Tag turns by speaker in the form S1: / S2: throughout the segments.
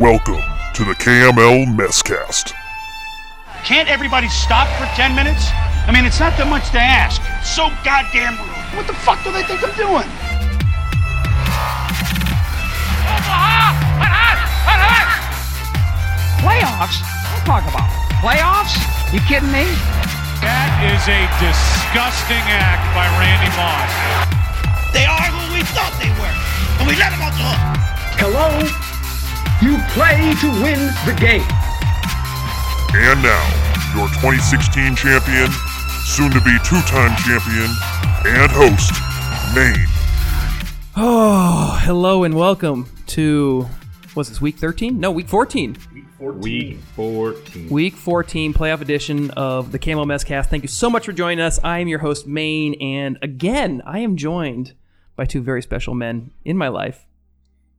S1: Welcome to the KML Messcast.
S2: Can't everybody stop for 10 minutes? I mean, it's not that much to ask. It's so goddamn rude. What the fuck do they think I'm doing?
S3: Playoffs? What talk about? Playoffs? You kidding me?
S4: That is a disgusting act by Randy Moss.
S2: They are who we thought they were, and we let them off the hook.
S5: Hello? You play to win the game.
S1: And now, your 2016 champion, soon to be two time champion, and host, Maine.
S6: Oh, hello and welcome to was this week 13? No, week 14.
S7: Week 14.
S6: Week 14 playoff edition of the Camo Messcast. Thank you so much for joining us. I am your host Maine and again, I am joined by two very special men in my life.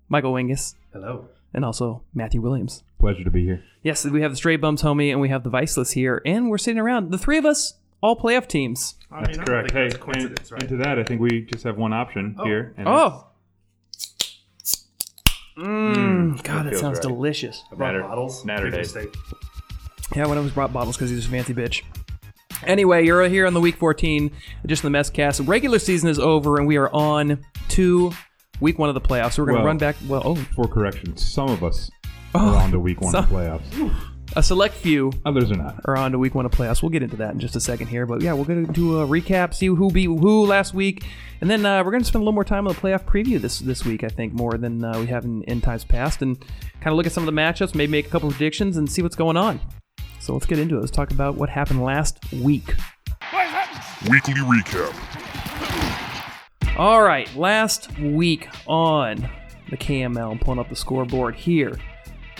S6: Michael Wingus
S5: Hello.
S6: and also Matthew Williams.
S7: Pleasure to be here.
S6: Yes, we have the Stray Bums homie and we have the Viceless here and we're sitting around the three of us all playoff teams.
S7: That's correct. Hey, and- and, to that, I think we just have one option here. And
S6: Oh. Mmm, God, that
S7: Mm, feels
S6: sounds
S7: right.
S6: delicious.
S7: it's Natter, Natter Day.
S6: Yeah, one of us brought bottles because he's a fancy bitch. Anyway, you're here on the week 14, just in the mess cast. Regular season is over, and we are on to week one of the playoffs. So we're going to
S7: Well-
S6: run back. Well, oh,
S7: For correction, some of us are on to week one of
S6: some-
S7: playoffs.
S6: a select few
S7: Others are not.
S6: are on to week one of playoffs. We'll get into that in just a second here, but yeah, we're going to do a recap, see who beat who last week, and then uh, we're going to spend a little more time on the playoff preview this this week. I think more than uh, we have in, in times past, and kind of look at some of the matchups, maybe make a couple predictions, and see what's going on. So let's get into it. Let's talk about what happened last week.
S1: Weekly recap.
S6: All right, last week on the KML, I'm pulling up the scoreboard here.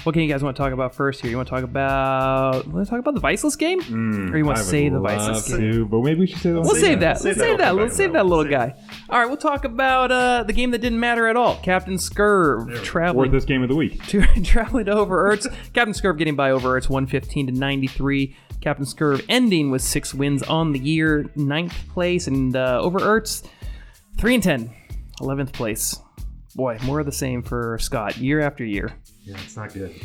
S6: What can you guys want to talk about first here? You want to talk about want to talk about the Viceless game, or you want
S7: Hmm, I
S6: to
S7: would
S6: save the
S7: love
S6: Viceless game?
S7: to, but maybe we should save that.
S6: We'll
S7: one.
S6: save that. Let's save that.
S8: We'll
S6: Let's
S8: save
S6: save
S8: that.
S6: that little
S8: We'll save
S6: guy. All right, we'll talk about uh, the game that didn't matter at all. Captain Scurve
S7: Or
S6: traveling
S7: this game of the week.
S6: to traveling over Ertz. Captain Scurve getting by over Ertz, 115 to 93. Captain Scurve ending with six wins on the year, ninth place, and uh, over Ertz, three and 10, 11th place. Boy, more of the same for Scott year after year.
S8: Yeah, it's not good.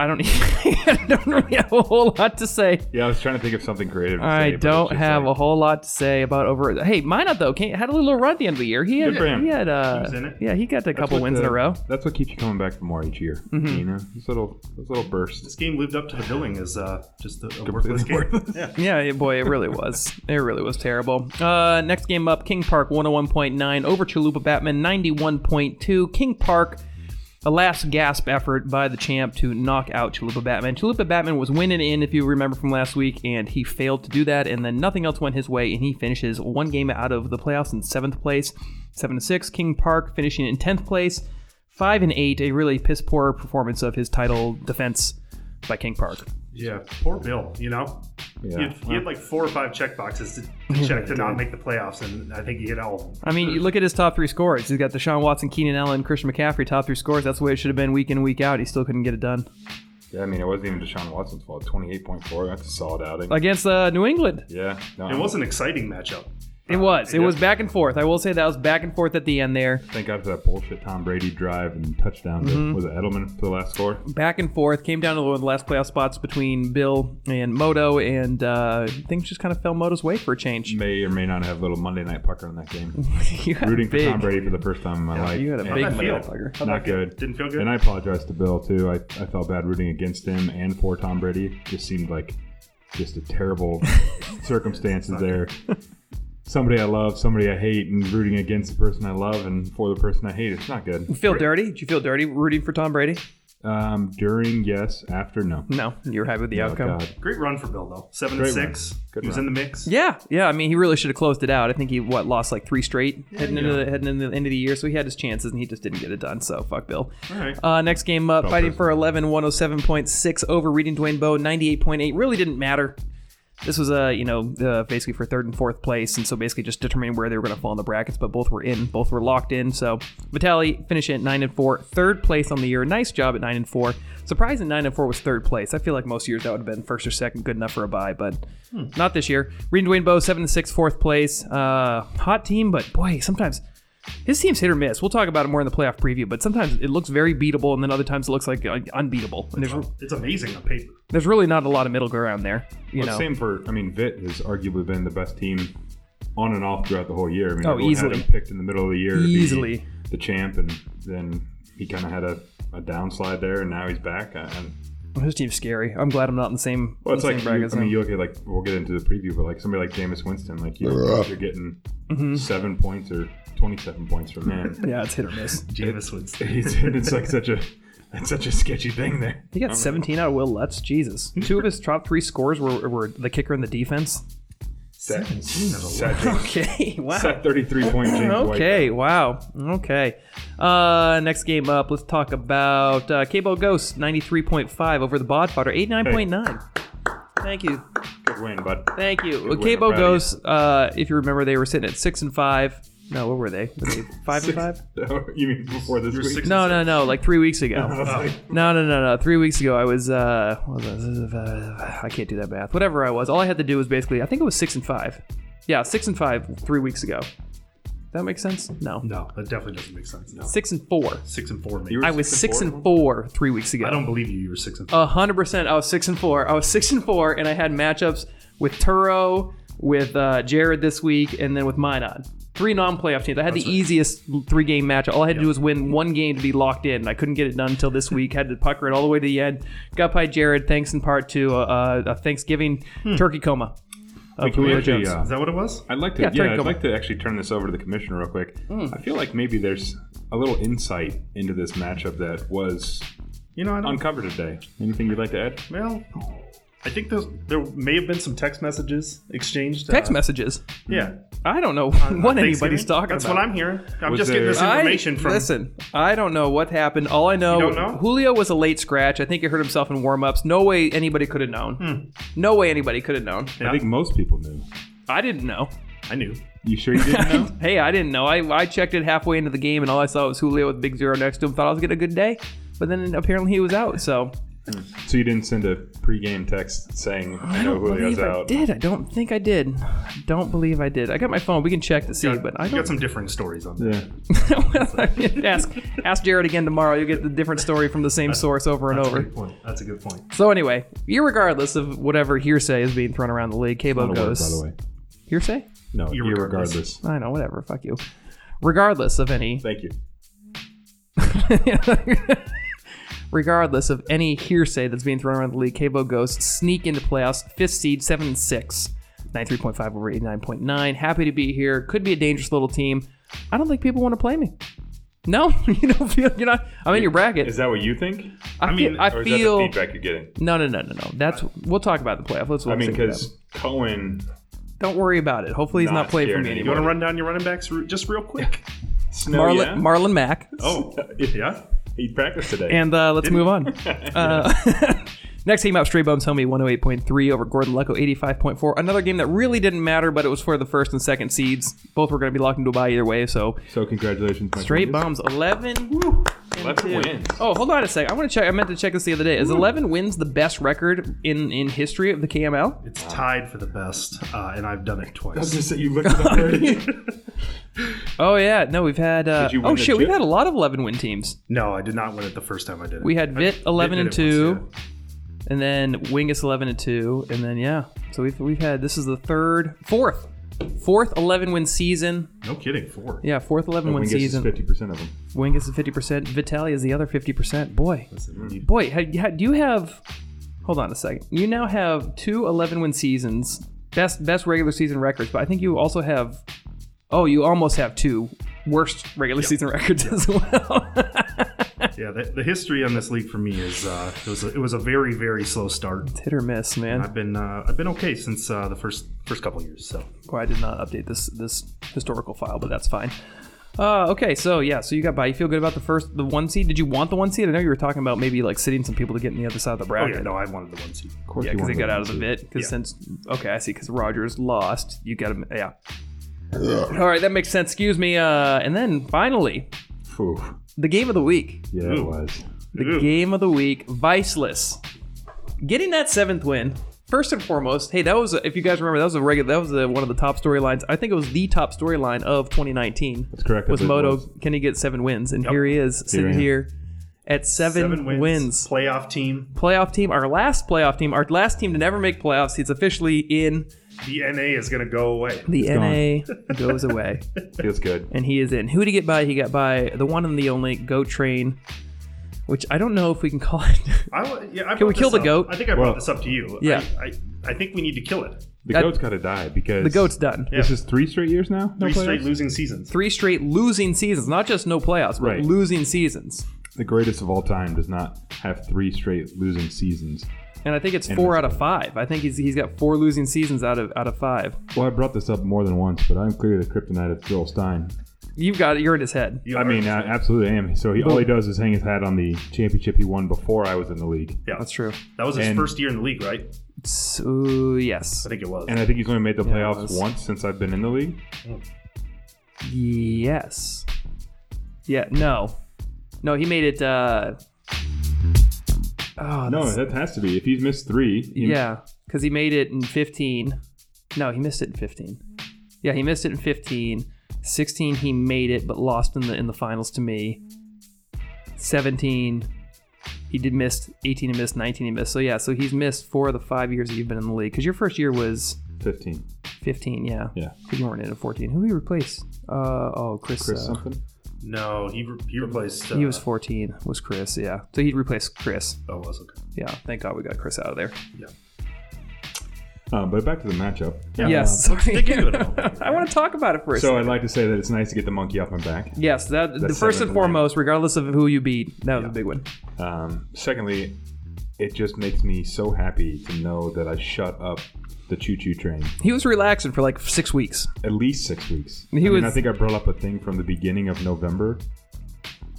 S6: I don't, I don't really have a whole lot to say.
S7: Yeah, I was trying to think of something creative. To
S6: I
S7: say, but it's
S6: don't
S7: just
S6: have
S7: like-
S6: a whole lot to say about over. Hey, Minot though came, had a little run at the end of the year. He had,
S7: Good for him.
S6: he had, uh,
S8: was in it.
S6: yeah, he got a
S7: that's
S6: couple
S7: what
S6: wins in
S7: the-
S6: a row. Mm-hmm.
S7: That's what keeps you coming back for more each year. You know, those little, those little bursts.
S8: This game lived up to the billing as uh, just a, a worthless game. yeah.
S6: Yeah, yeah, boy, it really was. It really was terrible. Uh, next game up, King Park 101.9 over Chalupa Batman 91.2. King Park, a last gasp effort by the champ to knock out Chalupa Batman. Chalupa Batman was winning in, if you remember from last week, and he failed to do that, and then nothing else went his way, and he finishes one game out of the playoffs in seventh place, seven to six. King Park finishing in tenth place, five and eight. A really piss poor performance of his title defense by King Park.
S8: poor Bill. You know,
S7: Yeah.
S8: he, had, he had like four or five check boxes to, to check to not make the playoffs, and I think he hit all.
S6: I mean, you look at his top three scores. He's got Deshaun Watson, Keenan Allen, Christian McCaffrey top three scores. That's the way it should have been week in week out. He still couldn't get it done
S7: Yeah, I mean, it wasn't even Deshaun Watson's fault. Twenty-eight point four. That's a solid outing.
S6: against uh, New England.
S7: yeah, no,
S8: It was an exciting matchup.
S6: It
S7: Uh,
S6: was. It
S8: Yeah.
S6: was back and forth. I will say that was back and forth at the end there.
S7: Thank God for that bullshit Tom Brady drive and touchdown. to-
S6: Mm-hmm.
S7: Was it Edelman for the last score?
S6: Back and forth. Came down to one of the last playoff spots between Bill and Moto, and uh, things just kind of fell Moto's way for a change.
S7: May or may not have little Monday night pucker in that game.
S6: you had
S7: Rooting for
S6: big,
S7: Tom Brady for the first time in my life.
S6: You had a
S7: and
S6: big
S8: that feel?
S6: motherfucker.
S7: Not good.
S8: Didn't feel good?
S7: And I apologize to Bill too. I, I felt bad rooting against him and for Tom Brady. Just seemed like just a terrible circumstances there. Somebody I love, somebody I hate, and rooting against the person I love and for the person I hate. It's not good.
S6: Feel dirty? Did you feel dirty rooting for Tom Brady?
S7: Um, during yes, after no.
S6: No, you were happy with the
S7: Oh,
S6: outcome.
S7: God.
S8: Great run for Bill though. Seven
S7: Great
S8: to six.
S7: run. Good
S8: he was
S7: run.
S8: in the mix.
S6: Yeah, yeah. I mean, he really should have closed it out. I think he what lost like three straight heading into the, heading into the end of the year, so he had his chances and he just didn't get it done. So fuck Bill.
S8: All right.
S6: Uh, next game up, fighting for oh 11, 107.6 over reading Dwayne Bowe, 98.8. Really didn't matter. This was uh, you know uh, basically for third and fourth place, and so basically just determining where they were going to fall in the brackets. But both were in, both were locked in. So Vitali finishing at nine and four, third place on the year. Nice job at nine and four. Surprising nine and four was third place. I feel like most years that would have been first or second, good enough for a bye, but not this year. Reading Dwayne Bowe seven and six, fourth place. Uh, hot team, but boy, sometimes His team's hit or miss. We'll talk about it more in the playoff preview, but sometimes it looks very beatable, and then other times it looks like uh, unbeatable. And there's
S8: It's amazing on paper.
S6: there's really not a lot of middle ground there. You
S7: Well,
S6: know,
S7: same for, I mean, Vit has arguably been the best team on and off throughout the whole year. I mean,
S6: Oh,
S7: everyone
S6: easily.
S7: Had him picked in the middle of the year to be
S6: Easily.
S7: the champ, and then he kind of had a, a downslide there, and now he's back. I, I'm-
S6: his team's scary. I'm glad I'm not in the same.
S7: well, it's
S6: in the
S7: like
S6: same bracket
S7: you,
S6: as
S7: I mean,
S6: him.
S7: you look at like we'll get into the preview, but like somebody like Jameis Winston, like you know, you're getting
S6: Mm-hmm.
S7: seven points or twenty-seven points from him.
S6: yeah, it's hit or miss.
S8: Jameis Winston.
S7: He's- it's like such a it's such a sketchy thing there.
S6: He got 17 out of Will Lutz. Jesus, two of his top three scores were, were the kicker and the defense.
S7: Set,
S6: Okay, wow.
S7: set thirty-three point. James White.
S6: Okay, wow. Okay. Uh, next game up, let's talk about uh, Cable Ghost 93.5 over the Bodfather 89.9. Thank you.
S7: Good win, bud.
S6: Thank you.
S7: win,
S6: Cable
S7: I'm proud of
S6: Ghost, uh, if you remember, they were sitting at 6 and 5. No, what were they? Were they 5 and 5?
S7: you mean before this week?
S8: six-
S6: No, no, no, like 3 weeks ago.
S7: I was like,
S6: No, no, no, no. 3 weeks ago I was uh what was I? I can't do that math. Whatever I was, all I had to do was basically I think it was 6 and 5. Yeah, 6 and 5 3 weeks ago. That makes sense? No.
S8: No, that definitely doesn't make sense. No.
S6: 6 and 4.
S8: Six and four, maybe.
S7: You were Uh,
S6: I was six
S7: four?
S6: and four three weeks ago.
S8: I don't believe you. You were six and four.
S6: A hundred percent. I was six and four. I was six and four, and I had matchups with Turo, with uh, Jared this week, and then with Minot. Three non-playoff teams. I had the easiest three-game matchup. All I had to do was win one game to be locked in. I couldn't get it done until this week. had to pucker it all the way to the end. Got by Jared. Thanks in part to uh, a Thanksgiving
S8: Hmm.
S6: turkey coma.
S7: Wait, can we
S6: Julio
S7: actually,
S6: Jones.
S7: uh,
S8: Is that what it was?
S7: I'd like to.
S6: Yeah,
S7: Yeah,
S6: Terry
S7: I'd
S6: Gilliam.
S7: like to actually turn this over to the commissioner real quick.
S6: Hmm.
S7: I feel like maybe there's a little insight into this matchup that was
S8: You know, I don't.
S7: uncovered today. Anything you'd like to add?
S8: well, I think there's, there may have been some text messages exchanged. uh,
S6: Text messages.
S8: Yeah.
S6: I don't know what
S8: Thanksgiving.
S6: anybody's talking
S8: That's
S6: about.
S8: what I'm hearing. I'm
S7: Was
S8: just getting this
S7: there-
S6: I-
S8: information from.
S6: Listen, I don't know what happened. All I know,
S8: You don't know?
S6: Julio was a late scratch. I think he hurt himself in warm ups. No way anybody could have known.
S8: Hmm.
S6: No way anybody could have known.
S7: I think most people knew.
S6: I didn't know.
S8: I knew.
S7: You sure you didn't know?
S6: Hey, I didn't know. I, I checked it halfway into the game, and all I saw was Julio with Big Zero next to him. Thought I was getting a good day, but then apparently he was out. So
S7: so you didn't send a pregame text saying I know Julio's
S6: believe I
S7: out.
S6: did. I don't think I did. I don't believe I did. I got my phone. We can check to see, but I
S8: You
S6: don't.
S8: got some differing stories on that.
S7: Yeah.
S6: ask ask Jared again tomorrow. You'll get the different story from the same source over and
S8: That's
S6: over.
S8: a good point. That's a good point.
S6: So anyway, irregardless of whatever hearsay is being thrown around the league, Cabo
S7: Not a word,
S6: goes
S7: by the way.
S6: hearsay.
S7: No, you
S8: Irregardless.
S7: regardless.
S6: I know, whatever. Fuck you. Regardless of any,
S7: Thank you.
S6: regardless of any hearsay that's being thrown around the league, Cabo goes sneak into playoffs, fifth seed, seven and six, nine three point five over eighty nine point nine. Happy to be here. Could be a dangerous little team. I don't think people want to play me. No, you don't feel you're not. I'm in your bracket.
S7: Is that what you think?
S6: I, mean, I
S7: Or is
S6: feel
S7: that the feedback you're getting?
S6: no, no, no, no, no. That's we'll talk about the playoff. Let's.
S7: I mean,
S6: let's think about it.
S7: because Cohen
S6: Don't worry about it. Hopefully, he's
S7: Not
S6: not, played for
S7: scared
S6: me
S7: anymore.
S8: You want to run down your running backs re- just real quick?
S7: Snow,
S6: Marlon,
S7: Oh, yeah?
S6: Marlon Mack.
S7: oh,
S8: yeah.
S7: he practiced today.
S6: And uh, let's move on. Uh, next team up, Stray Bums Homie 108.3 over Gordon Lecco 85.4. Another game that really didn't matter, but it was for the first and second seeds. Both were going to be locked into a bye either way, so
S7: so congratulations, my
S6: Stray Bums 11.
S7: Left wins.
S6: Oh, hold on a sec. I want to check. I meant to check this the other day. Is 11 wins the best record in, in history of the KML?
S8: It's tied for the best, uh, and I've done it
S7: I was
S8: twice.
S7: gonna say you looked it up already.
S6: Oh, yeah. No, we've had. Uh,
S7: Did you win
S6: oh,
S7: the
S6: shit. We've
S7: chip?
S6: had a lot of 11 win teams.
S8: No, I did not win it the first time I did it.
S6: We had
S8: I
S6: Vit
S8: did-
S6: 11
S8: did
S6: and
S8: it
S6: 2.
S8: once, yeah.
S6: and then Wingus 11 and 2 and then yeah so we've, we've had this is the third fourth fourth 11 win season
S8: No kidding. Four.
S6: yeah fourth 11 win
S7: Wingus is
S6: season
S7: fifty percent of them.
S6: Wingus is 50% Vitaly is the other 50% boy
S8: Listen,
S6: boy ha ha- do you have hold on a second you now have two 11 win seasons best best regular season records but I think you also have oh you almost have two worst regular season records as well
S8: Yeah, the, the history on this league for me is uh, it was a, it was a very very slow start.
S6: hit or miss man
S8: I've been uh, I've been okay since uh, the first first couple years. So
S6: Well, I did not update this this historical file, but that's fine. Uh, okay, so yeah, so you got by. You feel good about the first, the one seed? Did you want the one seed? I know you were talking about maybe like sitting some people to get in the other side of the
S8: oh
S6: bracket.
S8: yeah, no, I wanted the one seed.
S7: Of course,
S6: Yeah,
S7: you
S6: because
S7: won
S6: they got
S7: the
S6: out of the bit. Because
S8: Yeah.
S6: since okay, I see. Because Rogers lost, you got him. Yeah. All right, that makes sense. Excuse me. Uh, and then finally,
S7: Phew.
S6: the game of the week.
S7: Yeah, it was.
S6: The game of the week, Viceless, getting that seventh win First and foremost, hey, that was a, if you guys remember, that was a regular, that was a, one of the top storylines. I think it was the top storyline of 2019.
S7: That's correct. I
S6: Was
S7: believe it
S6: Moto
S7: was.
S6: can he get seven wins? And here he is sitting
S7: I am.
S6: here at seven, wins.
S8: Playoff team.
S6: Playoff team, our last playoff team, our last team to never make playoffs. He's officially in
S8: The NA is going to go away.
S6: the NA goes away,
S7: Feels good.
S6: and he is in. Who did he get by? He got by the one and the only Goat Train, which I don't know if we can call it.
S8: I, w- yeah, I
S6: Can we
S8: brought
S6: kill
S8: this
S6: the
S8: up.
S6: goat?
S8: I think I
S7: Well-
S8: brought this up to you.
S6: Yeah.
S8: I, I, I think we need to kill it.
S7: The
S6: That-
S7: goat's got to die because
S6: the Goat's done.
S7: This is three straight years now. No
S8: Three straight
S7: playoffs?
S8: losing seasons.
S6: Three straight losing seasons, not just no playoffs, but
S7: Right.
S6: losing seasons.
S7: The greatest of all time does not have three straight losing seasons.
S6: And I think it's
S7: And
S6: four
S7: it's-
S6: out of five. I think he's he's got four losing seasons out of out of five.
S7: Well, I brought this up more than once, but I'm clearly the kryptonite of Joel Stein.
S6: You've got it. You're in his head.
S8: You
S7: I
S8: are-
S7: mean, I absolutely am. So he, all he does is hang his hat on the championship he won before I was in the league,
S8: yeah,
S6: That's true.
S8: That was his
S7: and-
S8: first year in the league, right?
S6: So yes,
S8: I think it was.
S7: and I think he's only made the
S6: Yeah, it
S7: playoffs
S6: was.
S7: once since I've been in the league.
S6: yes, yeah. No, no. He made it. uh Oh
S7: No,
S6: that's-
S7: that has to be. If he's missed three, he-
S6: yeah, because he made it in 15. No, he missed it in 15. Yeah, he missed it in 15. 16, he made it but lost in the in the finals to me. 17, he did missed. 18, he missed. 19, he missed. So yeah, so he's missed four of the five years that you've been in the league. Because your first year was
S7: fifteen.
S6: 15, yeah.
S7: Yeah,
S6: Because you weren't in at 14. Who did he replace? Uh oh, Chris.
S7: Chris
S6: uh,
S7: something.
S8: no, he, re- he replaced. Uh,
S6: he was 14. Was Chris? Yeah. So he replaced Chris.
S8: Oh, was okay.
S6: Yeah. Thank God we got Chris out of there.
S7: Uh, but back to the matchup. Uh,
S6: yes.
S8: dig into it a little bit.
S6: I want to talk about it for a
S7: So I'd like to say that it's nice to get the monkey off my back.
S6: Yes, that the
S7: That's
S6: first
S7: seven
S6: and
S7: to one.
S6: foremost, regardless of who you beat, that was a big one.
S7: Um, secondly, it just makes me so happy to know that I shut up the choo-choo train
S6: He was relaxing for like six weeks.
S7: at least six weeks.
S6: He
S7: I, mean,
S6: was-
S7: I think I brought up a thing from the beginning of November,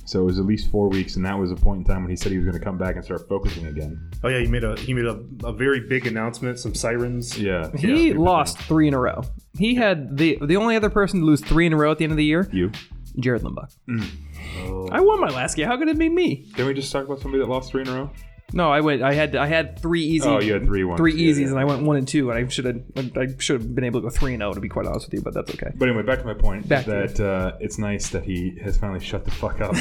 S7: so it was at least four weeks, and that was a point in time when he said he was going to come back and start focusing again.
S8: Oh yeah, he made a he made a, a very big announcement. Some sirens.
S7: Yeah,
S6: He lost three in a row. He had the the only other person to lose three in a row at the end of the year,
S7: you.
S6: Jared Limbaugh.
S7: Mm.
S6: I won my last game. How could it be me?
S7: Didn't we just talk about somebody that lost three in a row?
S6: No, I went. I had I had three easy.
S7: Oh, you had three ones.
S6: three
S7: Yeah,
S6: easies,
S7: yeah.
S6: and I went one and two, and I should have I should have been able to go three and zero to be quite honest with you, but that's okay.
S7: But anyway, back to my point
S6: Back to
S7: that uh, it's nice that he has finally shut the fuck up.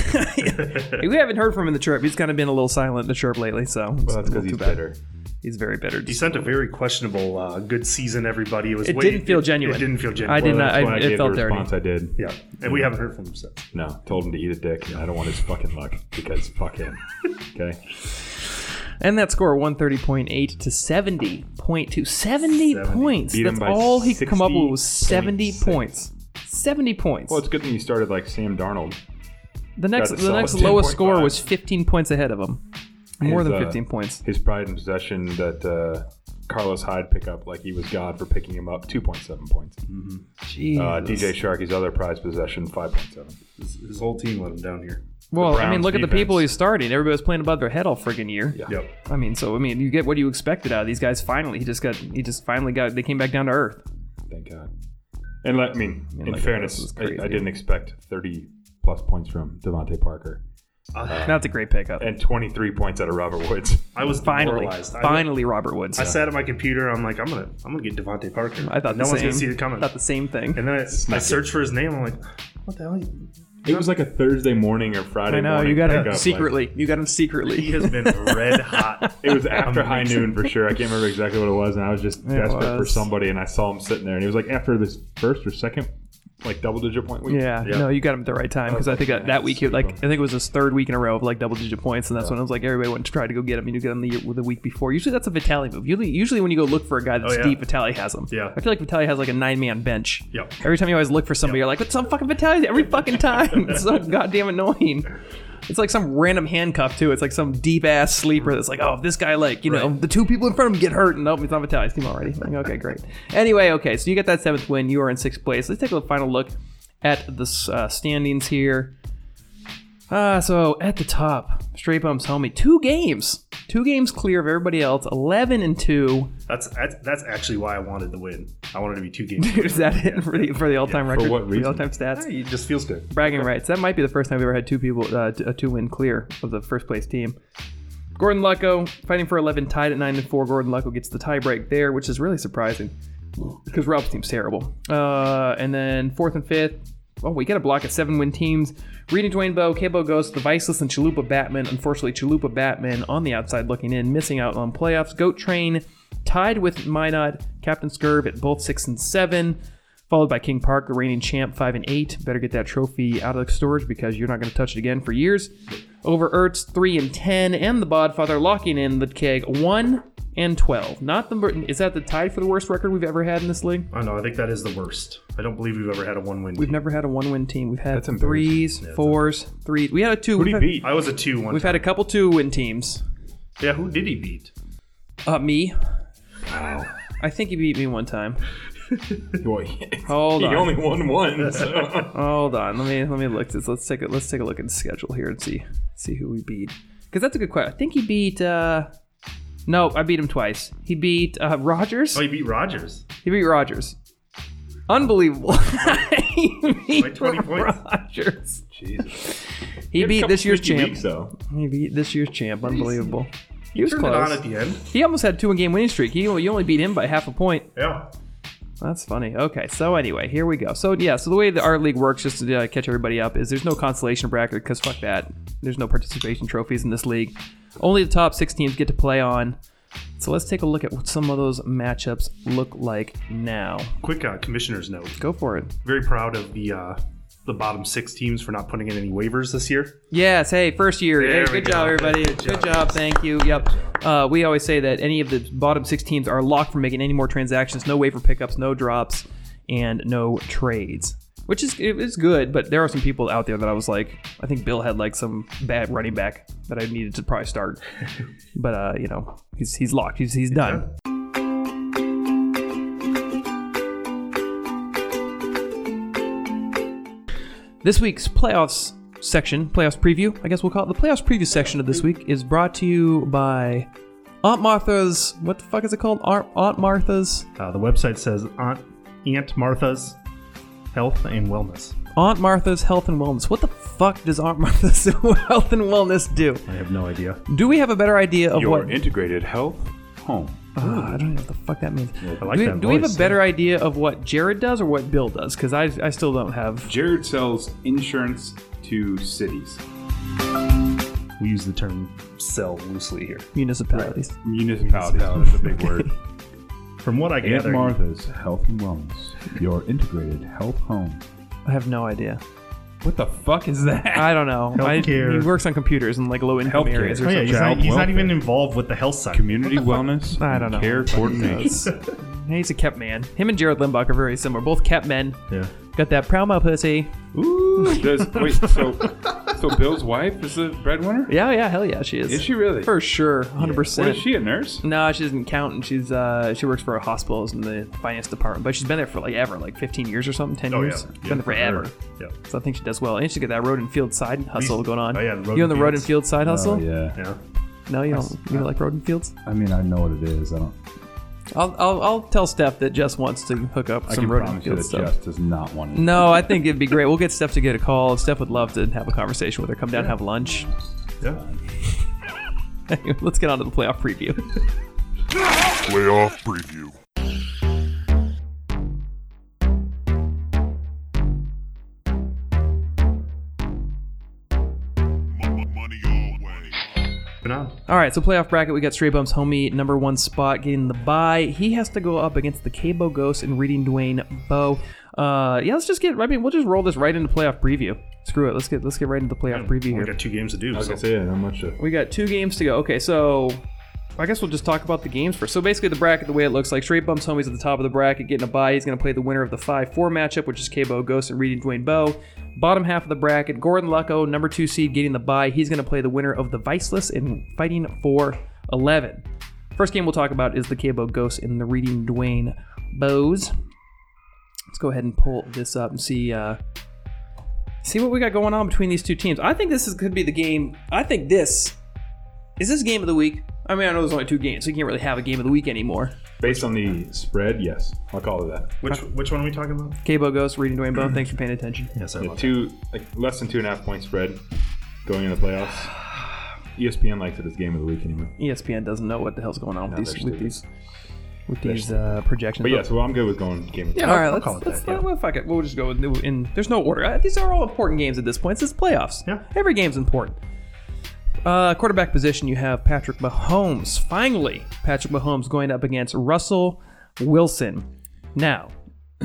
S6: we haven't heard from him in the chirp. He's kind of been a little silent in the chirp lately, so
S7: well, that's because he's better.
S6: He's very bitter.
S8: He sent a very questionable uh, good season. Everybody it was.
S6: It
S8: way-
S6: didn't feel
S8: it-
S6: genuine.
S8: It didn't feel genuine.
S6: I did
S7: Well,
S6: not-
S7: that's why I,
S6: it
S7: gave
S6: felt
S7: the
S6: dirty.
S7: response I did.
S8: Yeah, and we haven't heard from him since.
S7: No, told him to eat a dick, and I don't want his fucking luck because fuck him. Okay.
S6: And that score 130.8 to 70.2. 70, points.
S7: Beat him
S6: That's
S7: by
S6: all he could come up with was 70
S7: 60.6.
S6: points. 70 points.
S7: Well, it's good that you started like Sam Darnold.
S6: the next
S7: that's
S6: the
S7: a
S6: next
S7: solid
S6: lowest score
S7: 10.5.
S6: was 15 points ahead of him. More
S7: His,
S6: than
S7: uh,
S6: 15 points.
S7: His pride and possession that uh, Carlos Hyde pick up, like he was God for picking him up, 2.7 points.
S6: Jeez.
S7: Uh, DJ Sharkey's other prize possession, 5.7.
S8: His, his whole team let him down here.
S6: well, I mean,
S7: Browns
S6: look at the people he's
S7: defense.
S6: starting. Everybody was playing above their head all friggin' year.
S7: Yeah.
S8: Yep.
S6: I mean, so I mean, you get what you expected out of these guys. Finally, he just got he just finally got they came back down to earth.
S7: Thank God. And let, I mean, in
S6: like, this
S7: fairness,
S6: is
S7: I, I
S6: crazy.
S7: didn't expect 30 plus points from Devontae Parker
S6: That's a great pickup.
S7: and 23 points out of Robert Woods.
S8: I was
S6: Finally,
S8: demoralized. I-
S6: finally, Robert Woods.
S8: I, sat at my computer. I'm like, I'm gonna, I'm gonna get Devonte Parker.
S6: I thought
S8: no
S6: the
S8: one's
S6: same.
S8: gonna see it coming.
S6: Thought the same thing.
S8: And then I, I
S7: Smack it.
S8: searched for his name. I'm like, what the hell?
S7: It was like a Thursday morning or Friday
S6: I know
S7: morning
S6: you got
S7: pickup,
S6: him
S7: like-
S6: secretly. you got him
S8: He
S6: secretly.
S8: has been red hot.
S7: It was after high noon for sure. I can't remember exactly what it was, and I was just desperate for
S6: was.
S7: somebody, and I saw him sitting there, and he was like after this first or second, like double digit point week.
S6: Yeah, no, you got him at the right time because I think that, that week, he, like I think it was his third week in a row of like double digit points, and that's when I was like everybody went to try to go get him, and you get him the, year, the week before. Usually that's a Vitali move. Usually, usually when you go look for a guy that's
S8: yeah.
S6: deep, Vitali has him.
S8: Yeah.
S6: I feel like Vitali has like a nine man bench.
S8: Yep.
S6: Every time you always look for somebody, you're like, what's some fucking Vitali every fucking time? it's so goddamn annoying. It's like some random handcuff too. It's like some deep ass sleeper that's like, oh, if this guy like, you know, the two people in front of him get hurt, and nope, it's not Vitali's team already. Like, okay, great. Anyway, okay, so you get that seventh win. You are in sixth place. Let's take a final look at the uh, standings here. Uh, so at the top, Straight Bumps Homie, two games, two games clear of everybody else, eleven and two.
S8: That's, that's that's actually why I wanted the win. I wanted to be two games.
S6: Is that it for the for the all time record?
S7: what
S6: the
S7: reason?
S6: all time stats?
S8: It just feels good.
S6: bragging rights. That might be the first time we've ever had two people, uh, t- a two win clear of the first place team. Gordon Lucko fighting for 11, tied at 9 and 4. Gordon Lucko gets the tiebreak there, which is really surprising because Rob's team's terrible. Uh, and then fourth and fifth. Oh, we get a block at seven win teams. Reading Dwayne Bowe, Cabo goes to the Viceless and Chalupa Batman. Unfortunately, Chalupa Batman on the outside looking in, missing out on playoffs. Goat Train tied with Minot, Captain Skirb at both six and seven, followed by King Park, the reigning champ, five and eight. Better get that trophy out of storage because you're not going to touch it again for years. Over Ertz, three and ten, and the Bodfather locking in the keg one and twelve. Not the is that the tie for the worst record we've ever had in this league?
S8: I know. I think that is the worst. I don't believe we've ever had a one-win.
S6: We've
S8: team.
S6: never had a one-win team. We've had
S7: That's embarrassing.
S6: threes, fours, threes. We had a two.
S7: Who do
S6: We've
S7: you
S6: had,
S7: beat?
S8: I was a two one.
S6: we've had a couple two-win teams.
S8: yeah, who did he beat?
S6: Uh, me. I think he beat me one time.
S7: Boy,
S6: Hold
S7: he
S6: on.
S7: only won one. So.
S6: Hold on, let me let me look this. Let's take a let's take a look at the schedule here and see see who we beat. Because that's a good question. I think he beat. uh No, I beat him twice. He beat uh Rogers.
S8: Oh, he beat Rogers
S6: He beat Rogers. Unbelievable. he beat
S8: by twenty points.
S6: Rogers.
S7: Jesus.
S6: He beat this year's
S7: Sneaky
S6: champ.
S7: Weeks, though.
S6: He beat this year's champ. Unbelievable. He was
S8: Turned it on
S6: close.
S8: at the end.
S6: He almost had two in game winning streak. He you only beat him by half a point.
S8: Yeah.
S6: That's funny. Okay, so anyway, here we go. So yeah, so the way the art league works, just to uh, catch everybody up, is there's no consolation bracket because fuck that. There's no participation trophies in this league. Only the top six teams get to play on. So let's take a look at what some of those matchups look like now.
S8: Quick uh, commissioner's note.
S6: Go for it.
S8: Very proud of the uh, the bottom six teams for not putting in any waivers this year.
S6: Yes. Hey, first year.
S8: There
S6: hey,
S8: we
S6: good job,
S8: go.
S6: everybody. Good
S8: Good
S6: job.
S8: job.
S6: Thank you. Yep. Uh, we always say that any of the bottom six teams are locked from making any more transactions. No waiver pickups, no drops, and no trades. Which is it is good, but there are some people out there that I was like, I think Bill had like some bad running back that I needed to probably start, but uh, you know, he's he's locked. He's he's done. This week's playoffs section, playoffs preview, I guess we'll call it the playoffs preview section of this week, is brought to you by Aunt Martha's. What the fuck is it called? Aunt, Aunt Martha's.
S8: Uh, the website says Aunt Aunt Martha's Health and Wellness.
S6: Aunt Martha's Health and Wellness. What the fuck does Aunt Martha's Health and Wellness do?
S8: I have no idea.
S6: Do we have a better idea of
S9: Your
S6: what?
S9: integrated health home.
S6: Ah, I don't know what the fuck that means.
S8: I like
S6: do we,
S8: that
S6: do we have
S8: voice.
S6: a better idea of what Jared does or what Bill does? Because I, I still don't have.
S9: Jared sells insurance to cities,
S8: We use the term "sell" loosely here.
S6: Municipalities.
S7: Municipalities. That's a big word.
S8: From what I
S9: Aunt
S8: gather,
S9: Martha's Health and Wellness. Your integrated health home.
S6: I have no idea.
S7: what the fuck is that?
S6: I don't know. I, he
S8: Healthcare.
S6: works on computers in like low income
S9: Healthcare.
S6: areas. Or
S8: oh yeah,
S6: something.
S8: he's, not,
S9: child
S8: he's not
S9: welfare.
S8: even involved with the health side.
S9: Community wellness
S6: I don't
S9: and
S6: know.
S9: care coordination.
S6: He's a kept man. Him and Jared Limbach are very similar. Both kept men.
S8: yeah.
S6: Got that proud mouth pussy.
S9: Ooh, does wait? So, so Bill's wife is the breadwinner?
S6: Yeah, yeah, hell yeah, she is.
S9: Is she really?
S6: For sure, hundred
S9: What
S6: percent.
S9: is she a nurse?
S6: No, she doesn't count, and she's uh, she works for a hospital in the finance department. But she's been there for like ever, like fifteen years or something, ten
S8: Oh, yeah.
S6: years. She's
S8: Yeah,
S6: been there
S8: for
S6: forever.
S8: her. Yeah.
S6: So I think she does well, and she's got that road and field side hustle
S8: These-
S6: going on.
S8: oh, yeah, the road
S6: you
S8: and
S6: on the road and
S8: fields.
S6: field side hustle?
S7: Oh,
S9: yeah.
S8: Yeah.
S6: No, you don't. You don't like road and fields?
S9: I mean, I know what it is. I don't.
S6: I'll, I'll, I'll tell Steph that Jess wants to hook up
S9: I
S6: some
S9: can
S6: road and
S9: promise you
S6: field
S9: that
S6: stuff.
S9: Jeff does not want to.
S6: No, I think it'd be great. We'll get Steph to get a call. Steph would love to have a conversation with her. Come down, have lunch.
S8: Yeah.
S6: Let's get on to the playoff preview.
S1: Playoff preview. M- Money all way.
S8: But on.
S6: All right, so playoff bracket, we got Stray Bumps homie number one spot getting the bye. He has to go up against the Cabo Ghost and reading Dwayne Bowe. Uh, yeah, let's just get. I mean, we'll just roll this right into playoff preview. Screw it. Let's get let's get right into the playoff preview
S8: We
S6: here.
S8: got two games to do.
S7: I was
S8: so-
S7: gonna say, yeah, not much. Of,
S6: We got two games to go. Okay, so I guess we'll just talk about the games first. So basically, the bracket, the way it looks like, straight bumps homies at the top of the bracket getting a bye. He's going to play the winner of the 5 4 matchup, which is Cabo Ghost and Reading Dwayne Bowe. Bottom half of the bracket, Gordon Lucko, number two seed, getting the bye. He's going to play the winner of the Viceless and fighting for 11. First game we'll talk about is the Cabo Ghost and the Reading Dwayne Bows. Let's go ahead and pull this up and see. Uh, See what we got going on between these two teams. I think this is, could be the game. I think this is this game of the week? I mean, I know there's only two games, so you can't really have a game of the week anymore.
S7: based on the spread, yes, I'll call it that.
S8: Which which one are we talking about?
S6: Cabo Ghost, reading Dwayne Bone. Thanks for paying attention.
S8: Yes, I
S7: The
S8: love
S7: two, like less than two and a half point spread going in the playoffs. E ESPN likes it as game of the week anyway.
S6: ESPN doesn't know what the hell's going on
S7: No,
S6: with these
S7: they're
S6: with these with these
S7: stupid.
S6: uh, projections.
S7: But yeah, so I'm good with going game of the
S6: all right,
S8: I'll
S6: let's,
S8: call it
S6: let's
S8: that, yeah.
S6: well, fuck it. We'll just go with in. There's no order. Uh, These are all important games at this point. This is playoffs.
S8: Yeah.
S6: every game's important. Uh, quarterback position, you have Patrick Mahomes. Finally, Patrick Mahomes going up against Russell Wilson. Now,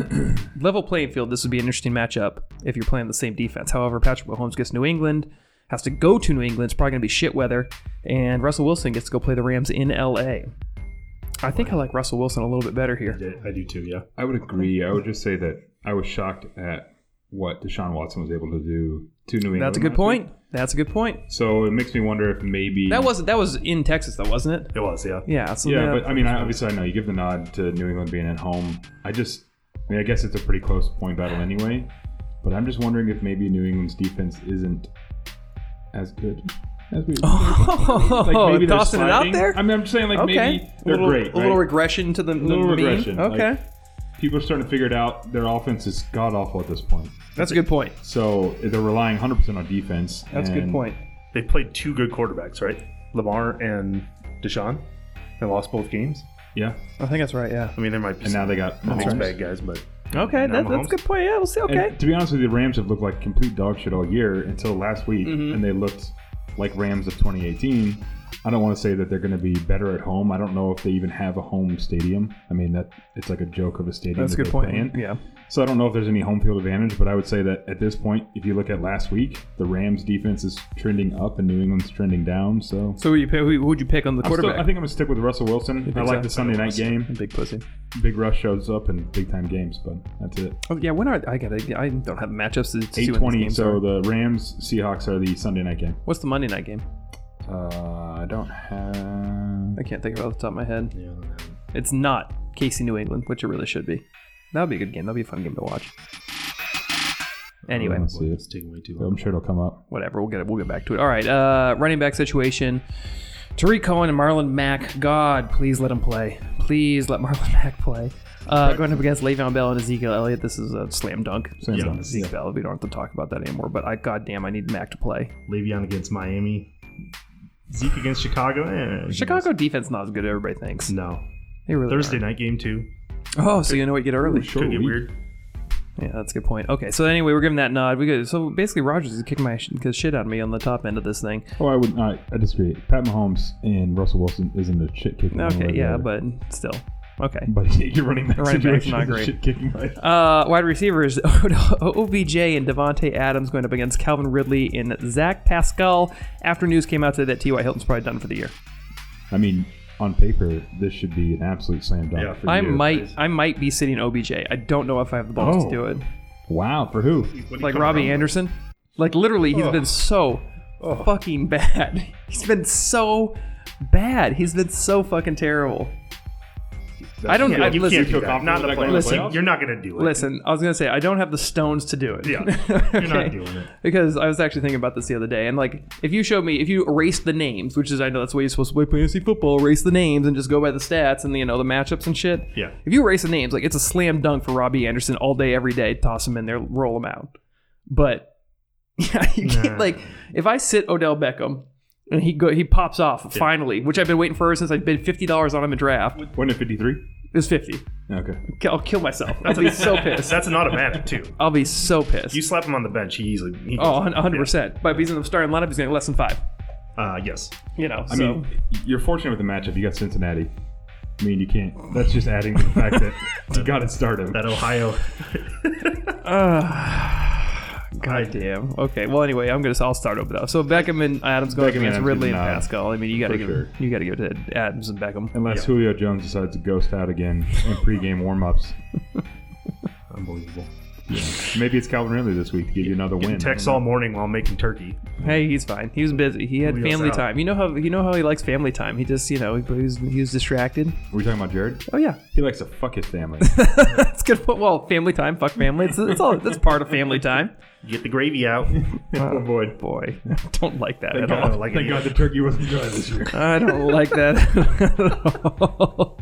S6: level playing field. This would be an interesting matchup if you're playing the same defense. However, Patrick Mahomes gets New England, has to go to New England. It's probably going to be shit weather, and Russell Wilson gets to go play the Rams in L.A. I think I like Russell Wilson a little bit better here.
S8: I- I do too. Yeah.
S7: I would agree. I would just say that I was shocked at what Deshaun Watson was able to do to New England.
S6: That's a good
S7: last week.
S6: point. That's a good point.
S7: So it makes me wonder if maybe
S6: That was that was in Texas though, wasn't it?
S8: It was. Yeah.
S6: Yeah. So
S7: Yeah, but I mean, I, obviously, I know you give the nod to New England being at home. I just, I mean, I guess it's a pretty close point battle anyway. But I'm just wondering if maybe New England's defense isn't as good as we.
S6: oh,
S7: Like, maybe they're
S6: tossing it out
S7: sliding.
S6: there.
S7: I mean, I'm just saying, like maybe
S6: okay.
S7: they're
S6: a little,
S7: great.
S6: A little
S7: right?
S6: regression to the, the
S7: little
S6: mean.
S7: regression, like-
S6: Okay,
S7: People are starting to figure it out. Their offense is god awful at this point,
S6: that's a good point.
S7: so they're relying 100% on defense.
S6: That's a good
S7: and-
S6: point.
S8: They played two good quarterbacks, right? Lamar and Deshaun. They lost both games.
S7: Yeah,
S6: I think that's right. Yeah.
S8: I mean, there might be
S7: and
S8: some
S7: now they got
S8: mixed
S7: Mahomes.
S8: bag guys, but
S6: Okay,
S8: now
S6: that, that's
S8: Mahomes.
S6: a good point. Yeah, we'll see.
S7: And
S6: Okay.
S7: to be honest with you, the Rams have looked like complete dog shit all year until last week, and they looked like Rams of 2018. I don't want to say that they're going to be better at home. I don't know if they even have a home stadium. I mean, that it's like a joke of a stadium.
S6: that's a
S7: that
S6: good
S7: they
S6: point.
S7: play in.
S6: Yeah.
S7: So I don't know if there's any home field advantage, but I would say that at this point, if you look at last week, the Rams defense is trending up and New England's trending down. So
S6: So who you pick, who who would you pick on the
S7: I'm still-
S6: quarterback?
S7: I think I'm going to stick with Russell Wilson.
S6: so?
S7: I like the Sunday night game.
S6: big pussy.
S7: Big Rush shows up in big time games, but that's it.
S6: Oh yeah. When are I got? I don't have matchups. to see
S7: Eight
S6: when these
S7: twenty.
S6: games
S7: So
S6: are.
S7: the Rams Seahawks are the Sunday night game.
S6: what's the Monday night game?
S7: Uh, I don't have.
S6: I can't think of it off the top of my head.
S8: yeah, I don't know.
S6: It's not Casey New England, which it really should be. That would be a good game. That would be a fun game to watch. Anyway,
S7: Let's see it.
S8: it's taking way too long.
S7: I'm sure it'll come up.
S6: whatever. We'll get it. We'll get back to it. All right. Uh, running back situation. Tariq Cohen and Marlon Mack. God, please let him play. Please let Marlon Mack play. Uh, going up against Le'Veon Bell and Ezekiel Elliott. This is a slam dunk.
S7: Slam
S6: Ezekiel
S7: dunk,
S6: Zeke Bell. We don't have to talk about that anymore. But I, goddamn, I need Mack to play.
S8: Le'Veon against Miami. Zeke against Chicago. Eh,
S6: Chicago defense not as good as everybody thinks.
S8: No.
S6: They really
S8: Thursday night game too.
S6: Are. Oh, so you know what? Get early.
S7: Short
S8: Could get
S7: week.
S8: weird.
S6: Yeah, that's a good point. Okay, so anyway, we're giving that nod. We go, so basically, Rogers is kicking my sh- the shit out of me on the top end of this thing.
S7: Oh, I would not. I disagree. Pat Mahomes and Russell Wilson isn't a shit kicking.
S6: Okay, yeah, but still, okay.
S7: but your running back
S6: Running back's
S7: situation
S6: not
S7: is
S6: great.
S7: shit kicking. Right?
S6: Uh, wide receivers OBJ and Devonte Adams going up against Calvin Ridley and Zach Pascal. After news came out today that T.Y. Hilton's probably done for the year.
S7: I mean, on paper, this should be an absolute slam dunk.
S8: Yeah.
S7: for
S6: I
S7: you.
S6: might, I might be sitting OBJ. I don't know if I have the balls to
S7: Oh.
S6: do it.
S7: Wow, for who?
S8: What do you
S6: Like
S8: come
S6: Robbie
S8: around with?
S6: Anderson, like literally, he's been so fucking bad. He's been so bad. He's been so fucking terrible. I don't.
S8: Yeah,
S6: I,
S8: you
S6: listen,
S8: can't do that. Not in the
S7: Like, on
S8: playoffs.
S7: the
S8: Listen,
S7: playoffs?
S8: you're not going to do it.
S6: Listen, I was gonna say I don't have the stones to do it.
S8: Yeah, you're not
S6: Okay.
S8: doing it.
S6: Because I was actually thinking about this the other day, and like, if you showed me, if you erased the names, which is I know that's what you're supposed to play fantasy football, erase the names and just go by the stats and you know the matchups and shit.
S8: Yeah.
S6: If you erase the names, like it's a slam dunk for Robbie Anderson all day, every day. Toss him in there, roll him out. But yeah, you can't,
S8: Nah.
S6: like if I sit Odell Beckham and he go he pops off finally, which I've been waiting for since I bid fifty dollars on him in draft. It
S7: One at fifty-three.
S6: was fifty.
S7: Okay.
S6: I'll kill myself. I'll be so pissed.
S8: That's an automatic too.
S6: I'll be so pissed.
S8: You slap him on the bench, he easily. He
S6: Oh, 100 percent. But if he's in the starting lineup, he's going to less than five.
S8: Uh, yes.
S6: You know,
S7: I
S6: so
S7: mean, you're fortunate with the matchup. You got Cincinnati. I mean, you can't. That's just adding to the fact that you got it started.
S8: That Ohio.
S6: goddamn. Okay. Well, anyway, I'm going to. I'll start over though. So Beckham and Adams going
S7: Beckham and
S6: against
S7: Adams
S6: Ridley and
S7: getting out.
S6: Pascal. I mean, you got to
S7: For
S6: give
S7: sure.
S6: you got to give it to Adams and Beckham.
S7: Unless Julio Jones decides to ghost out again in pregame warm-ups.
S8: Unbelievable.
S7: Maybe it's Calvin Ridley this week to give you another win.
S8: Text all morning while making turkey.
S6: Hey, he's fine. He was busy. He had
S8: Julio's
S6: family
S8: out.
S6: time. You know how you know how he likes family time. He just you know he was he was distracted.
S7: Were we talking about Jared?
S6: Oh yeah,
S7: He likes to fuck his family.
S6: that's good. Well, family time. Fuck family. It's, it's all that's part of family time.
S8: Get the gravy out.
S7: oh boy.
S6: Boy, I don't like that at all.
S8: God, like
S7: Thank
S8: it.
S7: God the turkey wasn't dry this year.
S6: I don't like that. at all.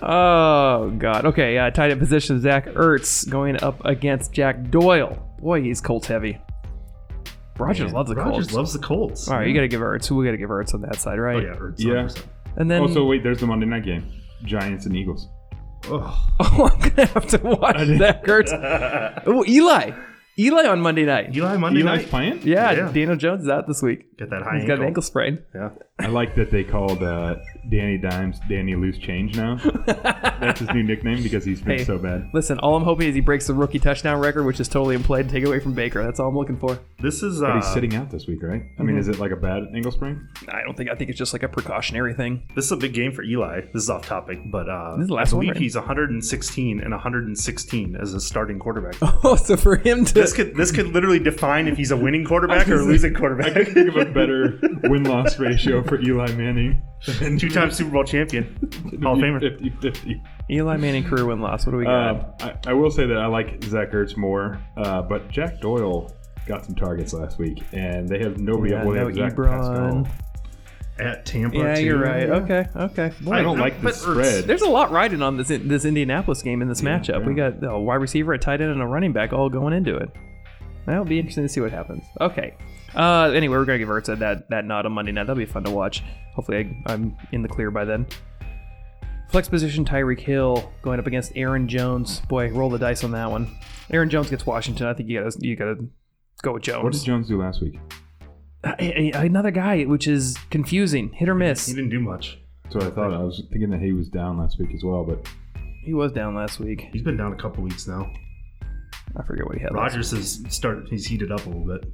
S6: oh God. Okay. Uh, tight end position: Zach Ertz going up against Jack Doyle. Boy, he's Colts heavy. Rogers loves the
S8: Rogers
S6: Colts.
S8: loves the Colts.
S6: All right, you got to give Ertz. We got to give Ertz on that side, right?
S8: Oh, yeah, Ertz,
S7: Yeah. Oh,
S8: 100%.
S6: And then
S7: Also, wait, there's the Monday night game. Giants and Eagles.
S6: oh, I'm gonna have to watch that. Ertz. Ooh, Eli. Eli on Monday night.
S8: Eli Monday
S7: Eli's
S8: night.
S7: playing?
S6: Yeah,
S8: Yeah.
S6: Daniel Jones is out this week.
S8: Get that high
S6: He's got an ankle sprain.
S8: Yeah.
S7: I like that they called uh, Danny Dimes Danny Loose Change now. That's his new nickname because he's been
S6: Hey.
S7: so bad.
S6: Listen, all I'm hoping is he breaks the rookie touchdown record, which is totally in play to take away from Baker. That's all I'm looking for.
S8: This is
S7: But
S8: uh,
S7: he's sitting out this week, right? I mean,
S6: Mhm.
S7: is it like a bad ankle sprain?
S6: I don't think. I think it's just like a precautionary thing.
S8: this is a big game for Eli. This is off topic, but uh,
S6: This is the last
S8: I
S6: one,
S8: believe
S6: right?
S8: he's 116 and 116 as a starting quarterback.
S6: Oh, so for him to
S8: This could this could literally define if he's a winning quarterback or a losing quarterback.
S7: Think of a better win loss ratio for Eli Manning.
S8: Two time Super Bowl champion, Hall of Famer.
S7: 50 50.
S6: Eli Manning career win loss. What do we got?
S7: Uh, I, I will say that I like Zach Ertz more, uh, but Jack Doyle got some targets last week, and they have nobody.
S6: Yeah,
S7: well, they
S6: no
S7: have Zach
S6: Ebron.
S7: Pascal.
S8: At Tampa.
S6: yeah, you're
S8: too.
S6: right. Okay, okay. Boy,
S7: I don't like the
S8: But Ertz-
S7: spread.
S6: There's a lot riding on this this Indianapolis game in this matchup. We got a wide receiver, a tight end, and a running back all going into it. That'll be interesting to see what happens. Okay. Uh, anyway, we're gonna give Ertz that that nod on Monday night. That'll be fun to watch. Hopefully, I, I'm in the clear by then. Flex position Tyreek Hill going up against Aaron Jones. Boy, roll the dice on that one. Aaron Jones gets Washington. I think you gotta you gotta go with
S7: What did
S6: Jones.
S7: Jones do last week?
S6: A- a- another guy, which is confusing, hit or
S8: He
S6: miss.
S8: didn't do much.
S7: That's what I thought. I was thinking that he was down last week as well, but
S6: He was down last week.
S8: He's been down a couple weeks now.
S6: I forget what he had. last
S8: Rogers has started. He's heated up a little bit.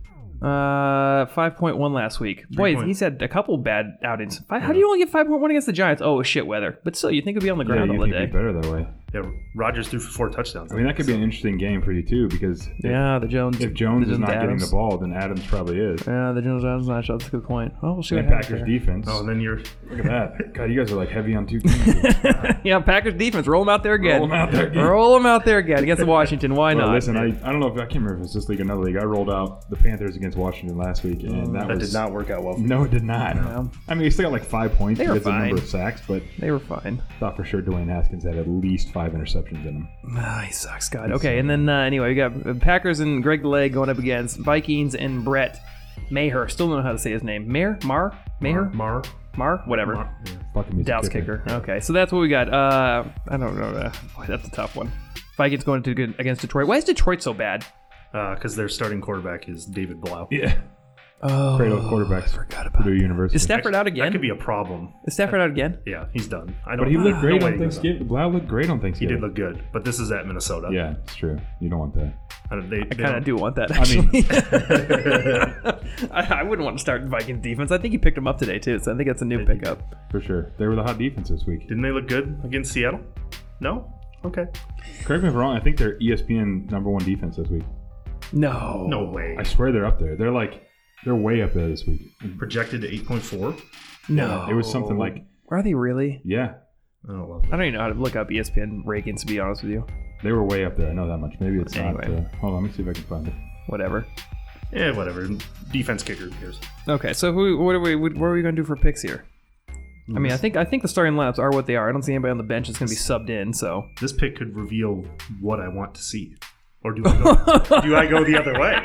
S6: Uh, five point one last week. Boy,
S8: points.
S6: he's had a couple bad outings. Five, How do you only get five point one against the Giants? Oh, it was shit weather. But still, you think it'd be on the
S7: yeah,
S6: ground
S7: you
S6: all the
S7: think he'd
S6: day.
S7: be better that way.
S8: Yeah, Rogers threw for four touchdowns.
S7: I mean, that could be an interesting game for you too, because
S6: Yeah, the Jones.
S7: if Jones
S6: the
S7: is not getting
S6: Adams.
S7: the ball, then Adams probably is.
S6: Yeah, the Jones Adams matchup. That's a good point. Oh, we'll see what
S7: And
S6: happens.
S7: Packers
S6: there.
S7: defense.
S8: Oh, and then you're
S7: Look at that. God, you guys are like heavy on two teams.
S6: yeah, Packers defense. Roll them out there again.
S7: Roll 'em out there again.
S6: Roll 'em out there again against Washington. Why
S7: Well,
S6: not?
S7: listen, I, I don't know if I can't remember if it's this league or another league. I rolled out the Panthers against Washington last week,
S6: Mm.
S7: and that,
S8: that
S7: was
S8: did not work out well. For
S7: No, it did not. I mean, he still got like five points
S6: They were
S7: because of the
S6: fine.
S7: number of sacks, but
S6: they were fine.
S7: thought for sure Dwayne Haskins had at least five interceptions in him.
S6: Ah, he sucks, God. Okay, and then uh, anyway, we got uh, Packers and Greg Leg going up against Vikings and Brett Maher. Still don't know how to say his name. Mayer, Mar, Maher,
S8: Mar,
S6: Mar, whatever.
S8: Mar- yeah.
S7: Fucking music
S6: Dallas kicker. Okay, so that's what we got. Uh, I don't know. Uh, boy, that's a tough one. Vikings going to good against Detroit. Why is Detroit so bad?
S8: because Uh, their starting quarterback is David Blau.
S7: Yeah.
S6: Oh,
S7: Cradle of quarterbacks.
S6: forgot about
S7: Purdue University.
S6: is Stafford out
S8: That
S6: again?
S8: could be a problem.
S6: is Stafford out again?
S8: Yeah, he's done. I don't.
S7: but he looked
S8: no
S7: great
S8: way
S7: on
S8: he was
S7: Thanksgiving. Blau looked great on
S8: He
S7: Thanksgiving.
S8: did look good, but this is at Minnesota.
S7: Yeah, it's true. You don't want that.
S8: I, don't- they,
S6: I kind of do want that.
S7: mean-
S6: Actually. I, I wouldn't want to start Vikings defense. I think you picked him up today too, so I think that's a new pickup.
S7: For sure. They were the hot defense this week.
S8: Didn't they look good against Seattle? No. Okay.
S7: Correct me if I'm wrong. I think they're E ESPN number one defense this week.
S6: No,
S8: No way.
S7: Oh, I swear they're up there. They're like, they're way up there this week.
S8: projected to 8.4.
S6: no.
S7: It was
S6: Oh.
S7: something like,
S6: Are they really?
S7: yeah,
S8: I don't love
S6: I
S8: that.
S6: don't even know how to look up E ESPN ratings. To be honest with you,
S7: they were way up there. I know that much. Maybe it's not.
S6: Anyway.
S7: Uh, hold on, let me see if I can find it.
S6: whatever.
S8: Yeah, Eh, whatever. Defense kicker cares.
S6: Okay, so who, what are we? What are we gonna do for picks here? I mean, I think I think the starting lineups are what they are. I don't see anybody on the bench that's gonna be subbed in. So
S8: This pick could reveal what I want to see. Or do I go, do I go the other way?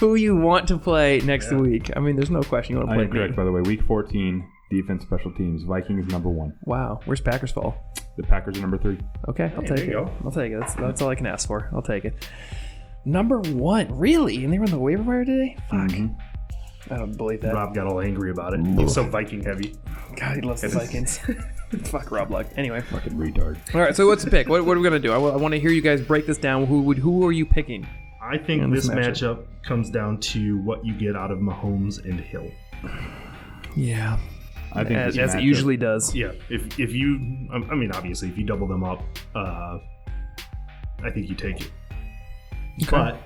S6: who you want to play next week? I mean, there's no question you want to
S7: I
S6: play.
S7: am correct,
S6: me.
S7: by the way. Week 14, defense, special teams. Vikings number one.
S6: Wow, where's Packers fall?
S7: The Packers are number three.
S6: Okay, I'll
S8: there
S6: take it.
S8: you go.
S6: I'll take it. That's, that's all I can ask for. I'll take it. Number one, really? And they were on the waiver wire today? Fuck.
S7: Mm-hmm.
S6: I don't believe that.
S8: Rob got all angry about it. He's so Viking heavy.
S6: God, he loves the Vikings. Fuck Rob Luck. Anyway,
S7: Fucking retard.
S6: all right. So what's the pick? What, what are we gonna do? I want to hear you guys break this down. Who would? Who are you picking?
S8: I think
S6: And this
S8: this matchup. comes down to what you get out of Mahomes and Hill.
S6: Yeah,
S7: I think
S6: as,
S7: this
S6: as it
S7: matchup-
S6: usually does.
S8: Yeah, if if you, I I mean, obviously, if you double them up, uh, I think you take it. But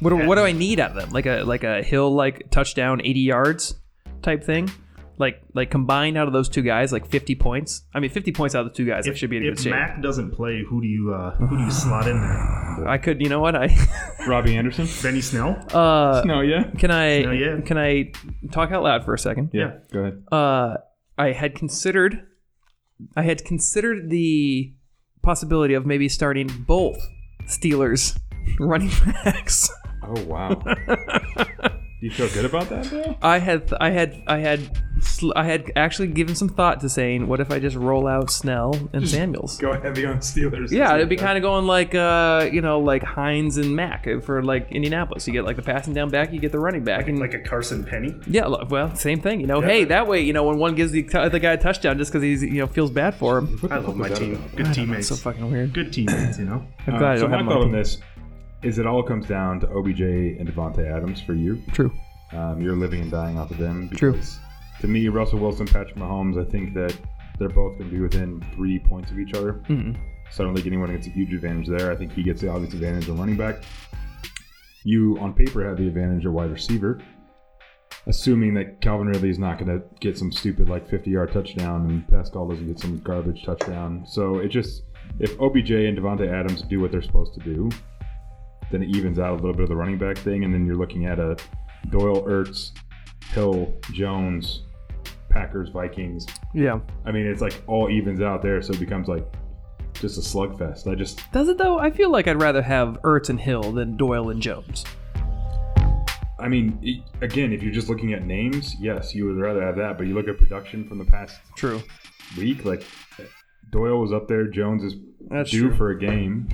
S6: What do, what do I need out of them? Like a like a hill like touchdown, eighty yards type thing. Like like combined out of those two guys, like fifty points. I mean, fifty points out of the two guys. I
S8: if,
S6: should be in
S8: if
S6: good shape.
S8: Mac doesn't play, who do you uh, who do you slot in there?
S6: I could. You know what? I
S7: Robbie Anderson?
S8: Benny Snell?
S6: uh,
S7: no, yeah.
S6: can I
S8: No, yeah.
S6: can I talk out loud for a second?
S7: Yeah,
S8: Yeah.
S7: go ahead.
S6: Uh, I had considered I had considered the possibility of maybe starting both Steelers running backs.
S7: Oh wow. Do you feel good about that, though?
S6: I had, I had, I had, sl- I had actually given some thought to saying, what if I just roll out Snell and Samuels?
S7: Go heavy on Steelers.
S6: Yeah, it'd be kind of going like, uh, you know, like Hines and Mack uh, for like Indianapolis. You get like the passing down back, you get the running back, and
S8: Like a Carson Penny.
S6: yeah, lo- well, same thing. You know, hey, that way, you know, when one gives the the guy a touchdown just because he's you know feels bad for him,
S8: I love my team. Good
S6: it's
S8: teammates.
S6: so fucking weird.
S8: Good teammates, you know.
S6: I'm glad I
S7: Uh, so
S6: don't
S7: my
S6: have
S7: thought on
S6: money.
S7: this is it all comes down to OBJ and Devonte Adams for you.
S6: True.
S7: Um, you're living and dying off of them. Because
S6: True.
S7: To me, Russell Wilson, Patrick Mahomes, I think that they're both going to be within three points of each other. So I don't think anyone gets a huge advantage there. I think he gets the obvious advantage on running back. You, on paper, have the advantage of wide receiver, assuming that Calvin Ridley is not going to get some stupid like 50-yard touchdown and Pascal doesn't get some garbage touchdown. So it just if OBJ and Devonte Adams do what they're supposed to do, then it evens out a little bit of the running back thing, and then you're looking at a Doyle, Ertz, Hill, Jones, Packers, Vikings.
S6: Yeah.
S7: I mean, it's like all evens out there, so it becomes like just a slugfest. I just
S6: Does it though? I feel like I'd rather have Ertz and Hill than Doyle and Jones.
S7: I mean, e- again, if you're just looking at names, yes, you would rather have that. But you look at production from the past
S6: True.
S7: week, like Doyle was up there, Jones is
S6: That's
S7: due
S6: true.
S7: for a game.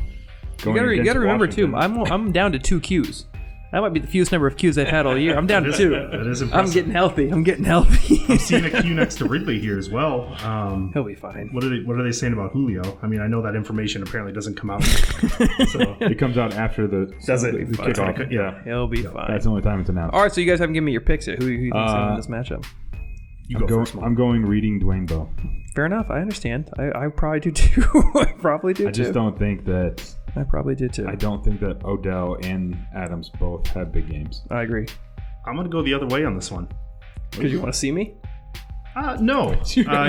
S6: You
S7: Going
S6: gotta, you
S7: against
S6: gotta remember too.
S7: Washington.
S6: I'm I'm down to two Qs. That might be the fewest number of Qs I've had all year. I'm down to
S8: That
S6: two.
S8: is
S6: I'm
S8: impressive.
S6: getting healthy. I'm getting healthy.
S8: Seeing a Q next to Ridley here as well. Um,
S6: He'll be fine.
S8: what are they What are they saying about Julio? I mean, I know that information apparently doesn't come out. so
S7: It comes out after the
S8: does it?
S7: the kickoff.
S8: Yeah,
S6: He'll be fine.
S7: That's the only time it's announced.
S6: All right, so you guys haven't given me your picks yet. Who, who you think's gonna
S7: Uh,
S6: win this matchup?
S8: you
S7: I'm,
S8: go
S7: going,
S8: first. Mike.
S7: I'm going reading Dwayne Bowe.
S6: Fair enough. I understand. I, I probably do too. I probably do
S7: I just
S6: too.
S7: don't think that
S6: I probably do too.
S7: I don't think that Odell and Adams both have big games.
S6: I agree.
S8: I'm going to go the other way on this one.
S6: Because you want to see me?
S8: Uh, no. Uh,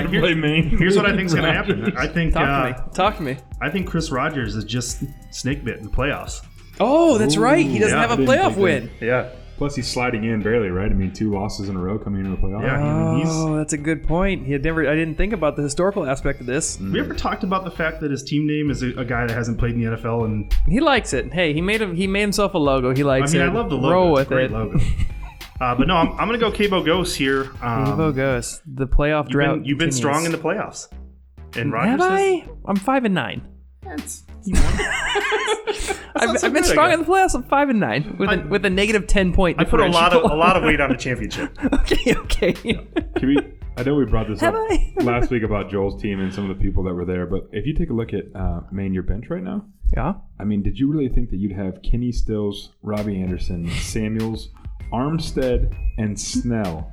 S8: here- Here's what I think's going to happen. I think
S6: Talk
S8: uh,
S6: to me. Talk to me.
S8: I think Chris Rogers is just snake bit in the playoffs.
S6: Oh, that's right. He doesn't
S8: yeah,
S6: have a
S7: didn't think
S6: playoff
S7: that.
S6: win.
S8: Yeah.
S7: Plus, he's sliding in barely, right? I mean, two losses in a row coming into the playoffs.
S8: Yeah. I mean, he's-
S6: Oh, that's a good point. He had never. I didn't think about the historical aspect of this.
S8: We ever talked about the fact that his team name is a, a guy that hasn't played in the NFL? And
S6: He likes it. Hey, he made him. He made himself a logo. He
S8: I
S6: likes
S8: mean,
S6: it.
S8: I love the logo. It's a
S6: Roll with
S8: great
S6: it.
S8: logo. Uh, but no, I'm, I'm going to go Cabo Ghost here. Um,
S6: Evo goes. The playoff
S8: You've,
S6: drought.
S8: been, you've been
S6: continues.
S8: strong in the playoffs. And Rogers
S6: Have
S8: is-
S6: I? I'm five and nine.
S8: That's-
S6: I've, I've been
S8: good, I
S6: strong
S8: guess.
S6: in the playoffs. I'm five and nine with a, with a negative ten point.
S8: I put a lot of a
S6: differential.
S8: lot of weight on the championship.
S6: okay, okay.
S7: Can we, I know we brought this
S6: Have
S7: up
S6: I?
S7: last week about Joel's team and some of the people that were there, but if you take a look at uh, man your bench right now,
S6: Yeah.
S7: I mean, did you really think that you'd have Kenny Stills, Robbie Anderson, Samuels, Armstead, and Snell?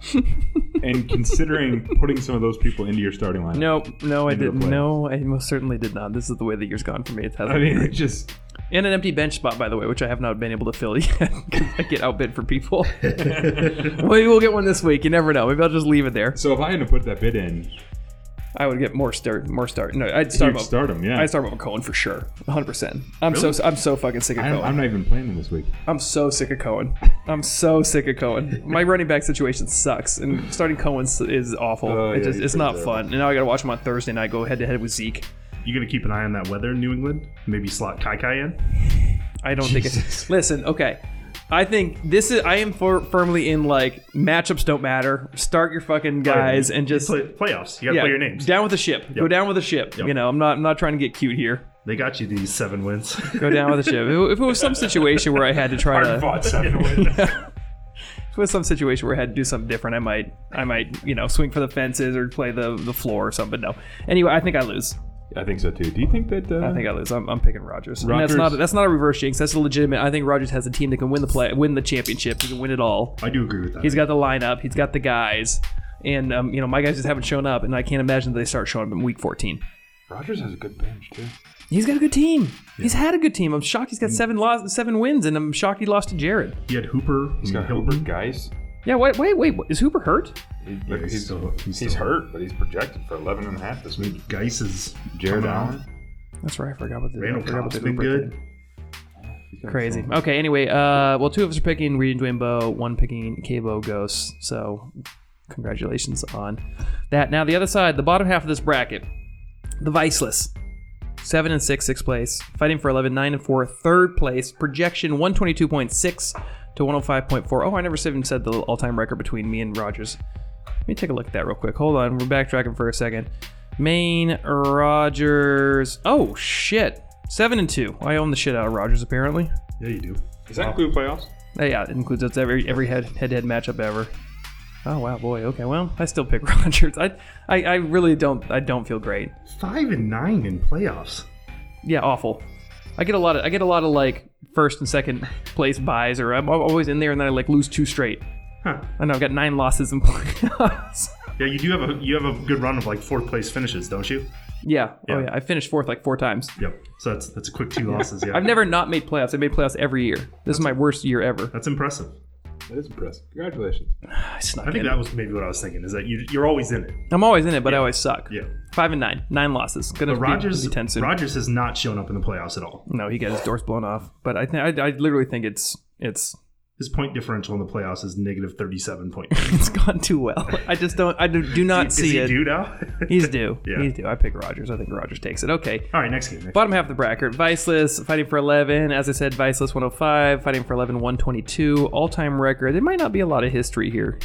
S7: and considering putting some of those people into your starting lineup,
S6: No, no, I
S7: Into the
S6: didn't.
S7: playoffs.
S6: No, I most certainly did not. This is the way the year's gone for me. It hasn't.
S7: I mean, it just
S6: And an empty bench spot, by the way, which I have not been able to fill yet. 'cause I get outbid for people. Maybe we'll get one this week. You never know. Maybe I'll just leave it there.
S7: So if I had to put that bid in,
S6: I would get more start, more start. No, I'd
S7: you'd
S6: start. Mo-
S7: start him. Yeah,
S6: I'd start with Cohen for sure, 100. percent I'm so I'm so fucking sick of
S7: I'm,
S6: Cohen.
S7: I'm not even playing him this week.
S6: I'm so sick of Cohen. I'm so sick of Cohen. My running back situation sucks, and starting Cohen s- is awful.
S7: Oh,
S6: it
S7: yeah,
S6: just,
S7: he's
S6: it's
S7: pretty
S6: not
S7: terrible.
S6: fun. And now I got to watch him on Thursday night go head to head with Zeke.
S8: You gonna keep an eye on that weather in New England? Maybe slot Kai Kai in.
S6: I don't think it's. Listen, okay. I think this is. I am for, firmly in like matchups don't matter. Start your fucking guys and just
S8: Play, playoffs. You gotta play your names.
S6: down with the ship. Go down with the ship. You know, I'm not. I'm not trying to get cute here.
S8: They got you these seven wins.
S6: Go down with the ship. If, if it was some situation where I had to try to. If it was some situation where I had to do something different, I might. I might. You know, swing for the fences or play the the floor or something. But no. Anyway, I think I lose.
S7: I think so too. Do you think that? Uh,
S6: I think I lose. I'm, I'm picking Rogers. And that's
S7: Rodgers-
S6: not. That's not a reverse jinx. That's a legitimate. I think Rogers has a team that can win the play, win the championship. He can win it all.
S8: I do agree with that.
S6: He's got the lineup. He's got the guys. And um, you know, my guys just haven't shown up, and I can't imagine that they start showing up in week 14.
S7: Rogers has a good bench too.
S6: He's got a good team. He's had a good team. I'm shocked he's got seven loss, seven wins, and I'm shocked he lost to Jared.
S8: he had Hooper.
S7: He's got Hilbert guys.
S6: Yeah, wait, wait, wait. Is Hooper hurt?
S7: Look,
S8: he's
S7: he's,
S8: still- he's
S7: he's,
S8: still-
S7: hurt, but he's projected for 11 and a half this week.
S8: Geis is
S7: Jared
S8: coming on.
S7: Allen.
S6: That's right. I forgot about the.
S8: Randall
S6: I forgot about
S8: Cobb's
S6: the
S8: been
S6: Hooper
S8: good.
S6: thing. Crazy. Okay. Anyway, uh, well, two of us are picking Reed and Dwimbo, one picking Cabo Ghost. So, congratulations on that. Now, the other side, the bottom half of this bracket, the Viceless. Seven and six, sixth place. Fighting for 11, nine and four, third place. Projection 122.6 to 105.4. Oh, I never even said the all-time record between me and Rogers. Let me take a look at that real quick. Hold on, we're backtracking for a second. Maine Rogers. Oh shit, seven and two. I own the shit out of Rogers apparently.
S8: Yeah, you do.
S9: Does that include playoffs?
S6: Uh, yeah, it includes us every every head head to head matchup ever. Oh wow, boy. Okay, well, I still pick Rogers. I, I I really don't. I don't feel great.
S8: Five and nine in playoffs.
S6: Yeah, awful. I get a lot of I get a lot of like first and second place buys, or I'm always in there and then I like lose two straight.
S8: Huh.
S6: I know I've got nine losses in playoffs.
S8: Yeah, you do have a you have a good run of like fourth place finishes, don't you?
S6: yeah. Oh
S8: Yeah.
S6: yeah. I finished fourth like four times.
S8: Yep. So that's that's a quick two losses. Yeah.
S6: I've never not made playoffs. I made playoffs every year. This is my worst year ever.
S8: That's impressive.
S7: That is impressive. Congratulations.
S6: I snuck
S8: I think
S6: in.
S8: that was maybe what I was thinking is that you you're always in it.
S6: I'm always in it, but I always suck.
S8: Yeah.
S6: Five and nine, nine losses. Gonna
S8: But
S6: be,
S8: Rogers
S6: be ten soon.
S8: Rogers has not shown up in the playoffs at all.
S6: no, he got his doors blown off. But I, th- I I literally think it's it's
S8: His point differential in the playoffs is negative thirty seven point.
S6: it's gone too well. I just don't. I do, do not
S8: is
S6: see
S8: he
S6: it.
S8: due now?
S6: He's due.
S8: Yeah.
S6: He's due. I pick Rogers. I think Rogers takes it. Okay.
S8: all right, next game. Next.
S6: Bottom half of the bracket. Viceless fighting for 11. As I said, Viceless 105 fighting for 11, 122. All time record. There might not be a lot of history here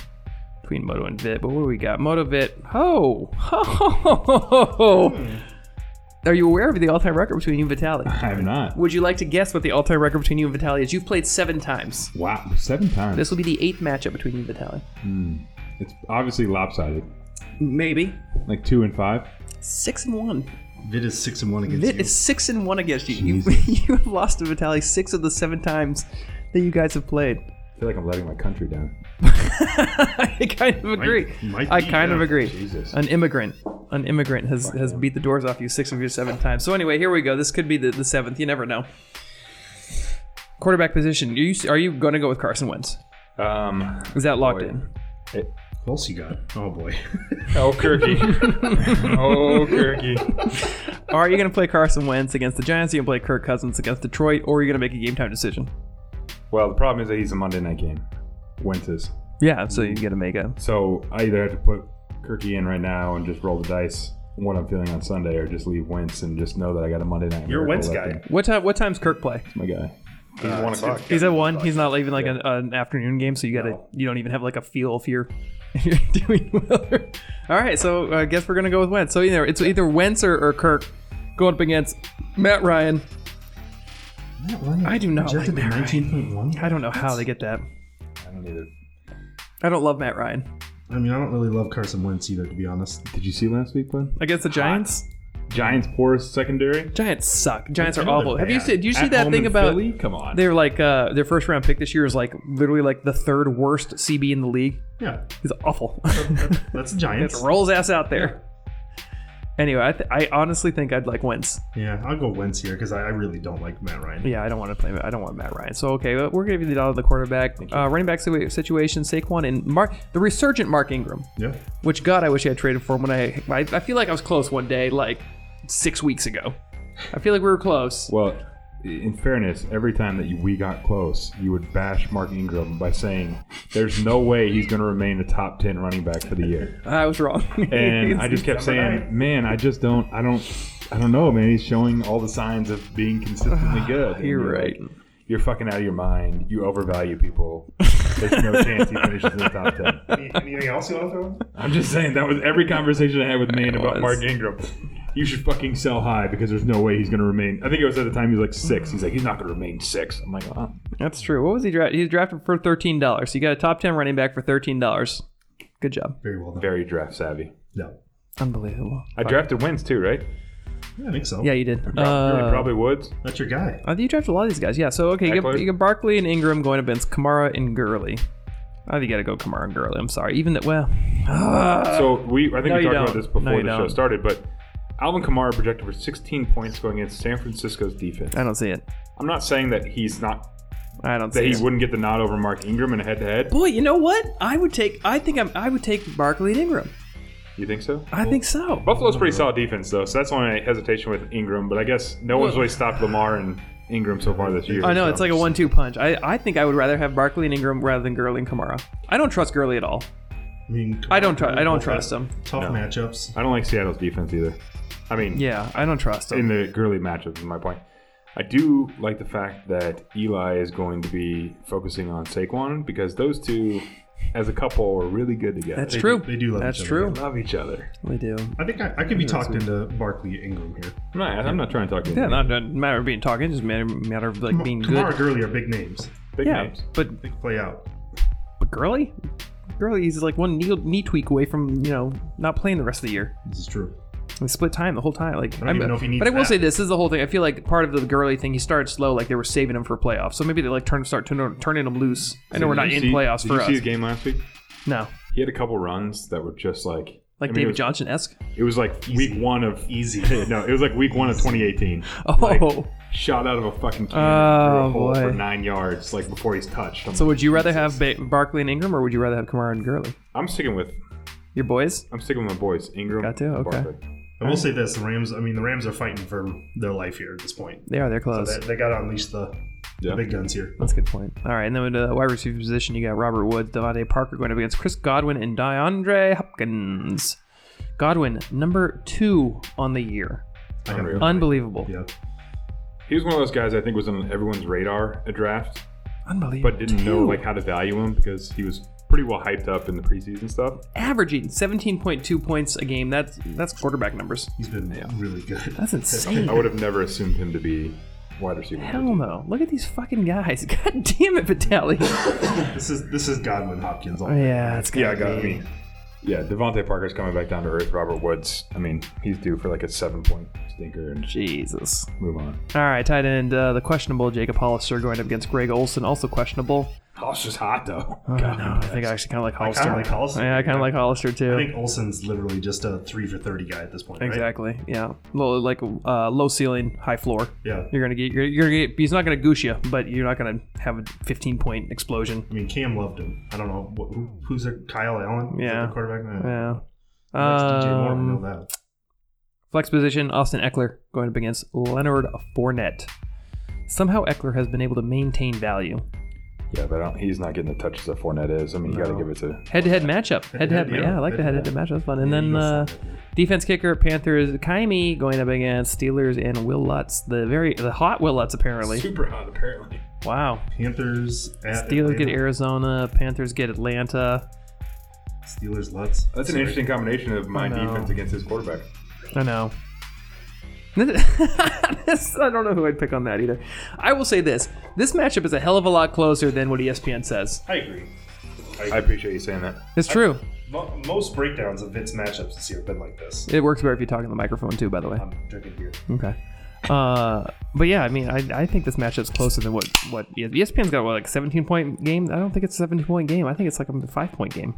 S6: between Moto and Vit, but what do we got? Moto Vit. Oh. Ho, ho, ho, ho, ho, ho.
S8: Hmm.
S6: Are you aware of the all time record between you and Vitali?
S7: I have not.
S6: Would you like to guess what the all time record between you and Vitali is? You've played seven times.
S7: Wow, seven times.
S6: This will be the eighth matchup between you and Vitali.
S7: it's obviously lopsided.
S6: Maybe.
S7: Like two and five.
S6: Six and one.
S8: Vit is six and one against
S6: Vit
S8: you.
S6: is six and one against you. You, you have lost to Vitali six of the seven times that you guys have played.
S7: I feel like I'm letting my country down.
S6: I kind of agree.
S8: might
S6: I
S8: be,
S6: kind of
S8: yeah.
S6: agree.
S7: Jesus.
S6: An immigrant, an immigrant has, has beat the doors off you six of your seven times. So anyway, here we go. This could be the, the seventh. You never know. Quarterback position. Are you are you going to go with Carson Wentz?
S7: Um,
S6: Is that locked
S7: Boy.
S6: in?
S8: Who else you got? Oh boy.
S9: Oh, Kirky. oh, Kirky.
S6: Are you going to play Carson Wentz against the Giants? Are you going to play Kirk Cousins against Detroit? Or are you going to make a game time decision?
S7: well, the problem is that he's a Monday night game. Wences.
S6: Yeah, so you got to make a.
S7: So I either have to put Kirky in right now and just roll the dice on what I'm feeling on Sunday, or just leave Wentz and just know that I got a Monday night.
S8: You're a
S7: miracle
S8: Wentz
S7: left
S8: guy.
S7: in.
S6: What time? What time's Kirk play?
S7: My guy.
S9: He's
S8: Uh,
S9: one o'clock.
S6: He's at one. He's not even like an, an afternoon game, so you gotta you don't even have like a feel if you're if you're doing well. All right, so uh, I guess we're gonna go with Wentz. So either it's either Wentz or, or Kirk going up against Matt Ryan. I do not like Matt Ryan.
S8: Nineteen point one.
S6: I don't know how they get that.
S7: I don't either.
S6: I don't love Matt Ryan
S8: I mean, I don't really love Carson Wentz either, to be honest.
S7: Did you see last week, bud?
S6: against the Giants.
S7: Giants poorest secondary.
S6: Giants suck. Giants
S8: I
S6: are
S8: know
S6: awful.
S8: they're
S6: Have you
S8: bad.
S6: seen? Do you see
S7: At
S6: that
S7: home
S6: thing
S7: in
S6: about?
S7: Philly? Come on.
S6: Their like uh, their first round pick this year is like literally like the third worst CB in the league.
S8: Yeah,
S6: He's awful.
S8: that's the Giants.
S6: rolls ass out there. Anyway, I, th- I honestly think I'd like Wentz.
S8: Yeah, I'll go Wentz here because I, I really don't like Matt Ryan.
S6: Yeah, I don't want to play. I don't want Matt Ryan. So okay, but we're gonna be the dollar the quarterback, uh, running back situa- situation, Saquon and Mark, the resurgent Mark Ingram.
S8: Yeah.
S6: Which God, I wish I had traded for him when I, I. I feel like I was close one day, like six weeks ago. I feel like we were close.
S7: Well, in fairness, every time that you- we got close, you would bash Mark Ingram by saying, "There's no way he's going to remain a top ten running back for the year."
S6: I was wrong.
S7: And I just kept saying, "Man, I just don't, I don't, I don't know, man. He's showing all the signs of being consistently good." And
S6: You're
S7: like,
S6: right.
S7: You're fucking out of your mind. You overvalue people. There's no chance he finishes in the top ten.
S8: Any- Anything else you want to throw? in?
S7: I'm just saying that was every conversation I had with Maine about
S6: was.
S7: Mark Ingram. You should fucking sell high because there's no way he's going to remain. I think it was at the time he was like six. He's like, he's not going to remain six. I'm like, oh,
S6: That's true. What was he drafted? He was drafted for thirteen dollars. You got a top ten running back for thirteen dollars. Good job.
S8: Very well done.
S7: very draft savvy.
S8: No.
S6: Unbelievable.
S7: I drafted Wentz too, right?
S8: Yeah, I think so.
S6: Yeah, you did.
S7: Really,
S6: Uh,
S7: probably Woods.
S8: That's your guy.
S6: I think you drafted Uh, a lot of these guys. Yeah. So okay, you
S7: Eckler.
S6: got, you got Barkley and Ingram going up against Kamara and Gurley. I think you got to go Kamara and Gurley. I'm sorry. Even that. Well,
S7: So we, I think
S6: Uh, No, you
S7: we talked about
S6: don't.
S7: this before
S6: No, you
S7: the show
S6: don't.
S7: started, but Alvin Kamara projected for 16 points going against San Francisco's defense.
S6: I don't see it.
S7: I'm not saying that he's not
S6: I don't
S7: that
S6: see
S7: he
S6: it.
S7: wouldn't get the nod over Mark Ingram in a head-to-head.
S6: Boy, you know what? I would take. I think I'm. I would take Barkley and Ingram.
S7: You think so?
S6: I think so.
S7: Buffalo's pretty solid defense, though, so that's my hesitation with Ingram. But I guess no one's really stopped Lamar and Ingram so far this year.
S6: I know
S7: so.
S6: it's like a one-two punch. I, I think I would rather have Barkley and Ingram rather than Gurley and Kamara. I don't trust Gurley at all.
S8: I mean,
S6: I don't trust. I don't
S8: both have
S6: trust him.
S8: Tough matchups.
S7: I don't like Seattle's defense either. I mean,
S6: Yeah, I don't trust him.
S7: in the girly matchups is my point. I do like the fact that Eli is going to be focusing on Saquon because those two, as a couple, are really good together.
S6: That's true.
S8: they do love
S6: That's
S8: each other,
S6: true.
S7: They love each other.
S6: We do.
S8: I think I, I could be talked into Barkley Ingram here.
S7: No, I- I'm not trying to talk to you.
S6: Yeah, not not matter of being talking, just matter matter of like being
S8: Kamara
S6: good.
S8: Gurley are big names.
S7: Big
S6: Yeah,
S7: names.
S6: but
S8: They can play out.
S6: but Gurley, Gurley, he's like one knee, knee tweak away from you know not playing the rest of the year.
S8: This is true.
S6: They split time the whole time. Like I
S8: don't even know if he needs
S6: But I will
S8: that.
S6: say this, this is the whole thing. I feel like part of the Gurley thing, he started slow, like they were saving him for playoffs. So maybe they like turn start turn, turning him loose. I know we're not
S7: Did
S6: in
S7: you see-
S6: playoffs
S7: did
S6: for
S7: you
S6: us.
S7: see his game last week?
S6: No,
S7: He had a couple runs that were just like
S6: like
S7: I mean, it
S6: David
S7: was-
S6: Johnson esque.
S7: It was like week one of
S8: Easy.
S7: no, it was like week one of 2018.
S6: Oh,
S7: Like, shot out of a fucking cannon
S6: Oh,
S7: through a hole
S6: boy.
S7: for nine yards, like before he's touched. I'm,
S6: so would you rather have ba- Barkley and Ingram, or would you rather have Kamara and Gurley?
S7: I'm sticking with
S6: Your boys.
S7: I'm sticking with my boys, Ingram.
S6: Got to?
S7: and
S6: Okay.
S7: Barkley.
S8: I will say this: the Rams. I mean, the Rams are fighting for their life here at this point.
S6: They are. They're close.
S8: They, they got to unleash the, the
S7: Yeah.
S8: big guns here.
S6: That's a good point. All right, and then into the wide receiver position, you got Robert Woods, Devontae Parker going up against Chris Godwin and DeAndre Hopkins. Godwin, number two on the year.
S7: Unreal.
S6: Unbelievable.
S8: Yeah.
S7: He was one of those guys I think was on everyone's radar at draft,
S6: Unbelievable.
S7: but didn't know
S6: Two.
S7: like how to value him because he was pretty well hyped up in the preseason stuff.
S6: averaging 17.2 points a game. That's that's quarterback numbers.
S8: He's been really good.
S6: That's insane.
S7: I would have never assumed him to be wide receiver.
S6: Hell no. Look at these fucking guys. God damn it, Vitaly.
S8: This is this is Godwin Hopkins. All
S6: yeah, it's good.
S7: Yeah, I got I mean, yeah, Devontae Parker's coming back down to earth. Robert Woods, I mean, he's due for like a seven point stinker and
S6: Jesus.
S7: move on.
S6: All right, tight end, uh, the questionable Jacob Hollister going up against Greg Olson, also questionable.
S7: Hollister's hot though.
S6: Oh, no, I think I actually kind of like Hollister.
S8: kind of like Hollister.
S6: Yeah, I kind of like Hollister too.
S8: I think Olson's literally just a three for thirty guy at this point. right?
S6: Exactly. Yeah. Low, like uh, low ceiling, high floor.
S8: Yeah.
S6: You're gonna get. You're, you're gonna get. He's not gonna goose you, but you're not gonna have a 15 point explosion.
S8: I mean, Cam loved him. I don't know what, who, who's their Kyle Allen. Is that
S6: Yeah.
S8: the quarterback. Uh,
S6: Yeah.
S8: Next to DJ Moore, I
S6: Um,
S8: know that.
S6: Flex position, Austin Eckler going up against Leonard Fournette. Somehow Eckler has been able to maintain value.
S7: Yeah, but I don't, he's not getting the touches that Fournette is. I mean, you got to
S8: No.
S7: give it to.
S6: Head to head matchup. Head to head.
S8: Head-to-head,
S6: Yeah, I like the head to head matchup. That's fun. And then uh, defense kicker, Panthers, Kaimi going up against Steelers and Will Lutz. The very the hot Will Lutz apparently.
S7: Super hot, apparently.
S6: Wow.
S8: Panthers at
S6: Steelers get
S8: Atlanta.
S6: Arizona. Panthers get Atlanta.
S8: Steelers Lutz.
S7: That's an interesting combination of my
S6: know.
S7: defense against his quarterback.
S6: I know. This- I don't know who I'd pick on that either. I will say this: this matchup is a hell of a lot closer than what E ESPN says.
S8: I agree.
S7: I appreciate you saying that.
S6: It's true.
S8: Mo- Most breakdowns of Vince matchups this year have been like this.
S6: It works better if you talk in the microphone too, by the way.
S8: I'm drinking beer.
S6: Okay. Uh, but yeah, I mean, I, I think this matchup's closer than what what E yeah, ESPN's got. What like seventeen point game? I don't think it's a seventeen point game. I think it's like a five point game.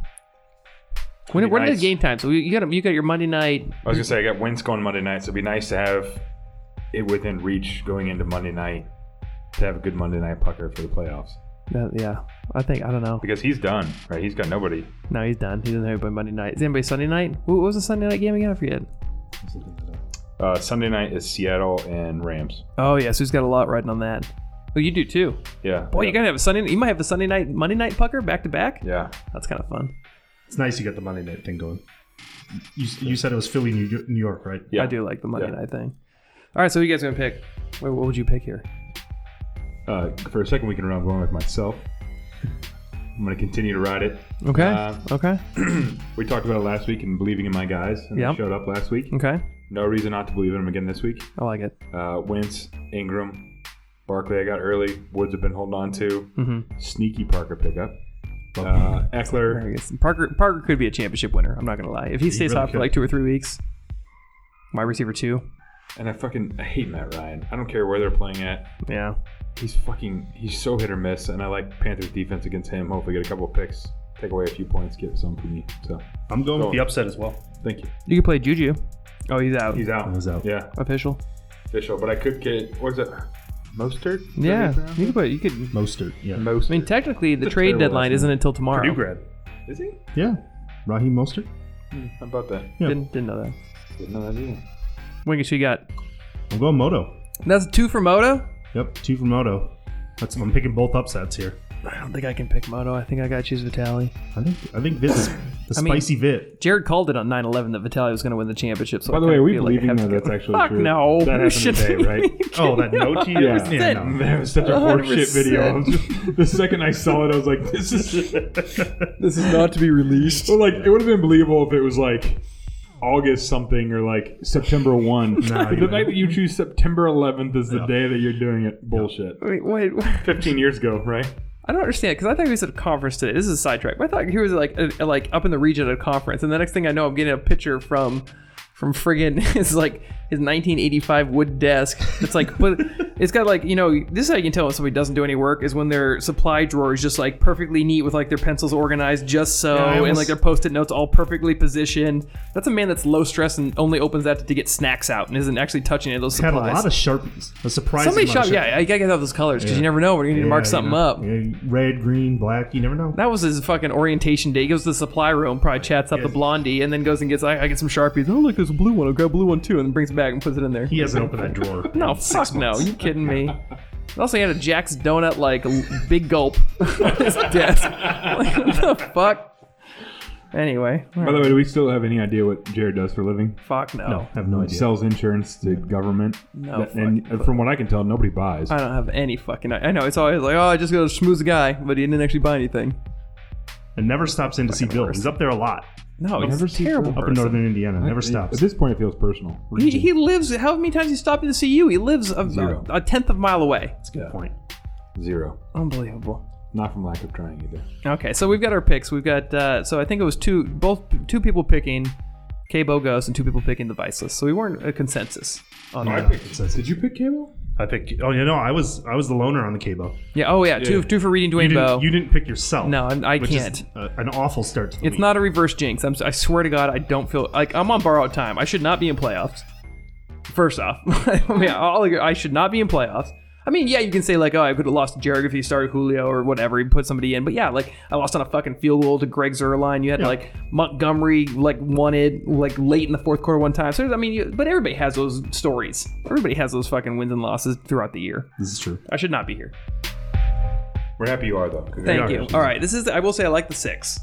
S6: When, when is
S7: nice.
S6: game time? So you you got you got your Monday night.
S7: I was gonna say I got Wentz going Monday night, so it'd be nice to have it within reach going into Monday night to have a good Monday night pucker for the playoffs
S6: Uh, yeah, I think I don't know.
S7: because he's done. Right, he's got nobody.
S6: No, he's done. He doesn't have anybody Monday night. Is anybody Sunday night? Who what was the Sunday night game again? I forget.
S7: Uh, Sunday night is Seattle and Rams.
S6: Oh yes, who's got a lot riding on that? Well, Oh, you do too.
S7: Yeah.
S6: Boy,
S7: yeah.
S6: you gotta have a Sunday. You might have a Sunday night, Monday night pucker back to back.
S7: Yeah.
S6: That's kind of fun.
S8: It's nice you got the Monday night thing going. You, you said it was Philly, New New York, right?
S7: Yeah.
S6: I do like the Monday
S7: Yeah.
S6: night thing. All right, so who you guys gonna pick? Wait, what would you pick here?
S7: Uh, for a second week in a row, I'm going with myself. I'm gonna continue to ride it.
S6: Okay.
S7: Uh,
S6: okay.
S7: We talked about it last week and believing in my guys. And they
S6: Yep.
S7: showed up last week.
S6: Okay.
S7: No reason not to believe in them again this week.
S6: I like it.
S7: Uh, Wentz, Ingram, Barkley, I got early. Woods have been holding on to.
S6: Mm-hmm.
S7: Sneaky Parker pickup. Uh, Eckler.
S6: Parker Parker could be a championship winner. I'm not gonna lie. If he stays
S8: really
S6: hot for
S8: could.
S6: like two or three weeks, wide receiver two.
S7: And I fucking I hate Matt Ryan. I don't care where they're playing at.
S6: Yeah.
S7: He's fucking, he's so hit or miss. And I like Panthers defense against him. Hopefully, get a couple of picks, take away a few points, get some for me. So
S8: I'm going with the upset as well.
S7: thank you.
S6: You could play Juju. Oh, he's out.
S7: He's out.
S8: He's out.
S7: Yeah.
S6: official.
S7: Official. But I could get, what's it? Mostert?
S6: Yeah. You could play. You could. I
S8: Mostert, yeah.
S7: Mostert.
S6: mean, technically, the trade
S7: terrible
S6: deadline
S7: last
S6: isn't until
S8: Purdue
S6: tomorrow.
S8: grad.
S7: Is he?
S8: Yeah. Raheem Mostert.
S7: How about that?
S6: Didn't, didn't know that.
S7: Didn't know that either.
S6: Winkish, who you got?
S8: I'm going Moto.
S6: That's two for Moto.
S8: Yep, two for Moto. That's I'm picking both upsets here.
S6: I don't think I can pick Moto. I think I gotta choose Vitali.
S8: I think I think this the
S6: I mean-
S8: spicy vit.
S6: Jared called it on 9-11 that Vitali was gonna win the championship. So
S7: By
S6: I
S7: the way,
S6: kinda
S7: we
S6: feel like
S7: believe
S6: I
S7: you
S6: have
S7: know
S6: to
S7: that's
S6: go-
S7: actually
S6: Fuck
S7: true.
S6: no,
S7: that
S6: we
S7: happened
S6: should
S7: today,
S6: be-
S7: right?
S8: Oh, that no tea.
S7: Yeah.
S8: Yeah, no.
S7: That was such a horseshit video.
S6: 100%.
S7: the second I saw it, I was like, "This is
S6: This is not to be released.
S7: well, like it would have been believable if it was like August something or like September one. But the
S8: you-
S7: fact that you choose September 11th is the day that you're doing it, bullshit.
S6: Wait, wait. wait.
S7: 15 years ago, right?
S6: I don't understand because I thought he was at a conference today. This is a sidetrack. But I thought he was like uh, like up in the region at a conference, and the next thing I know, I'm getting a picture from from friggin' his like his 1985 wood desk. It's like, but it's got like you know this is how you can tell when somebody doesn't do any work is when their supply drawer is just like perfectly neat with like their pencils organized just so,
S8: I
S6: and
S8: almost-
S6: like their post-it notes all perfectly positioned. That's a man that's low stress and only opens that to get snacks out and isn't actually touching any of those
S8: Had
S6: supplies.
S8: a lot of sharpies. A surprise.
S6: Somebody shot. Yeah, I gotta get out those colors because you never know when you're gonna need to mark something up.
S8: red, green, black. You never know.
S6: That was his fucking orientation day. He goes to the supply room, probably chats up the blondie, and then goes and gets I, I get some sharpies. Oh look, there's a blue one. I'll grab a blue one too, and then brings it back and puts it in there.
S8: He hasn't opened that drawer.
S6: no, fuck no. You kidding me? And Also, he had a Jack's donut like l- big gulp on his desk. Like, what the fuck? Anyway,
S7: By the way, do we still have any idea what Jared does for a living?
S6: fuck no.
S8: I have no idea.
S7: Sells insurance to government.
S6: No,
S7: That- and from what I can tell, nobody buys.
S6: I don't have any fucking. I know it's always like, oh, I just got a schmooze guy, but he didn't actually buy anything.
S8: and never stops in to see Bill. He's up there a lot,
S6: No, he's
S7: never
S6: a
S7: seen
S6: terrible.
S7: him.
S8: up
S6: person.
S8: in northern Indiana. Never
S7: At
S8: stops.
S7: this point, it feels personal.
S6: He, he lives. How many times he stopped in to see you? He lives a,
S7: Zero.
S6: a, a tenth of a mile away.
S8: That's a good point.
S7: Zero.
S6: Unbelievable.
S7: Not from lack of trying either.
S6: Okay, so we've got our picks. We've got uh, so I think it was two both two people picking Cabo Ghost and two people picking the Viceless. So we weren't a consensus on that.
S7: Did you pick Cable?
S8: I picked. Oh, you know, I was I was the loner on the Cabo.
S6: Yeah. Oh yeah, two two for reading
S8: You
S6: Dwayne Bowe.
S8: didn't, you didn't pick yourself.
S6: No, I'm- I
S8: which is,
S6: can't.
S8: uh, an awful start. To the
S6: it's
S8: week.
S6: not a reverse jinx. I'm, si swear to God, I don't feel like I'm on borrowed time. I should not be in playoffs. First off, I, mean, I'll agree- I should not be in playoffs. I mean, yeah, you can say like, oh, I could have lost to Jared if he started Julio or whatever. He put somebody in, but yeah, like I lost on a fucking field goal to Greg Zerline. You had like Montgomery like wanted like late in the fourth quarter one time. So there's- I mean, you, but everybody has those stories. Everybody has those fucking wins and losses throughout the year.
S8: This is true.
S6: I should not be here.
S9: We're happy you are though. 'cause
S6: Thank
S8: Yeah.
S6: you. All right, this is. I will say I like the six.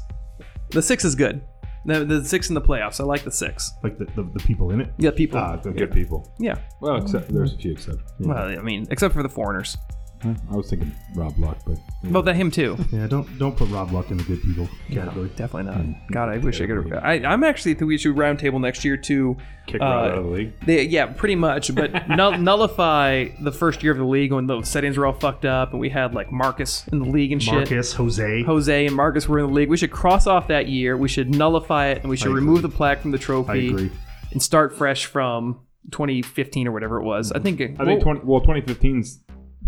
S6: The six is good. The, the six in the playoffs. I like the six.
S8: Like the, the, the people in it.
S6: Yeah, people.
S8: Ah, the
S7: Good people.
S6: yeah.
S7: Well, except there's a few exceptions. Yeah.
S6: Well, I mean, except for the foreigners.
S7: I was thinking Rob Luck, but
S6: Well, that him too.
S8: Yeah, don't don't put Rob Luck in the good people category.
S6: Definitely
S9: Mm.
S6: not. God, I wish I could. I, I'm actually think we should roundtable next year to.
S7: kick
S6: Rob out of
S7: the league.
S6: They, yeah, pretty much. But null, nullify the first year of the league when the settings were all fucked up and we had like Marcus in the league and shit.
S8: Marcus, Jose.
S6: Jose and Marcus were in the league. We should cross off that year. We should nullify it, and we should remove the plaque from the
S8: I
S6: trophy
S8: agree.
S6: and start fresh from 2015 or whatever it oh, was. I think.
S7: I think
S6: well,
S7: 20, well, 2015's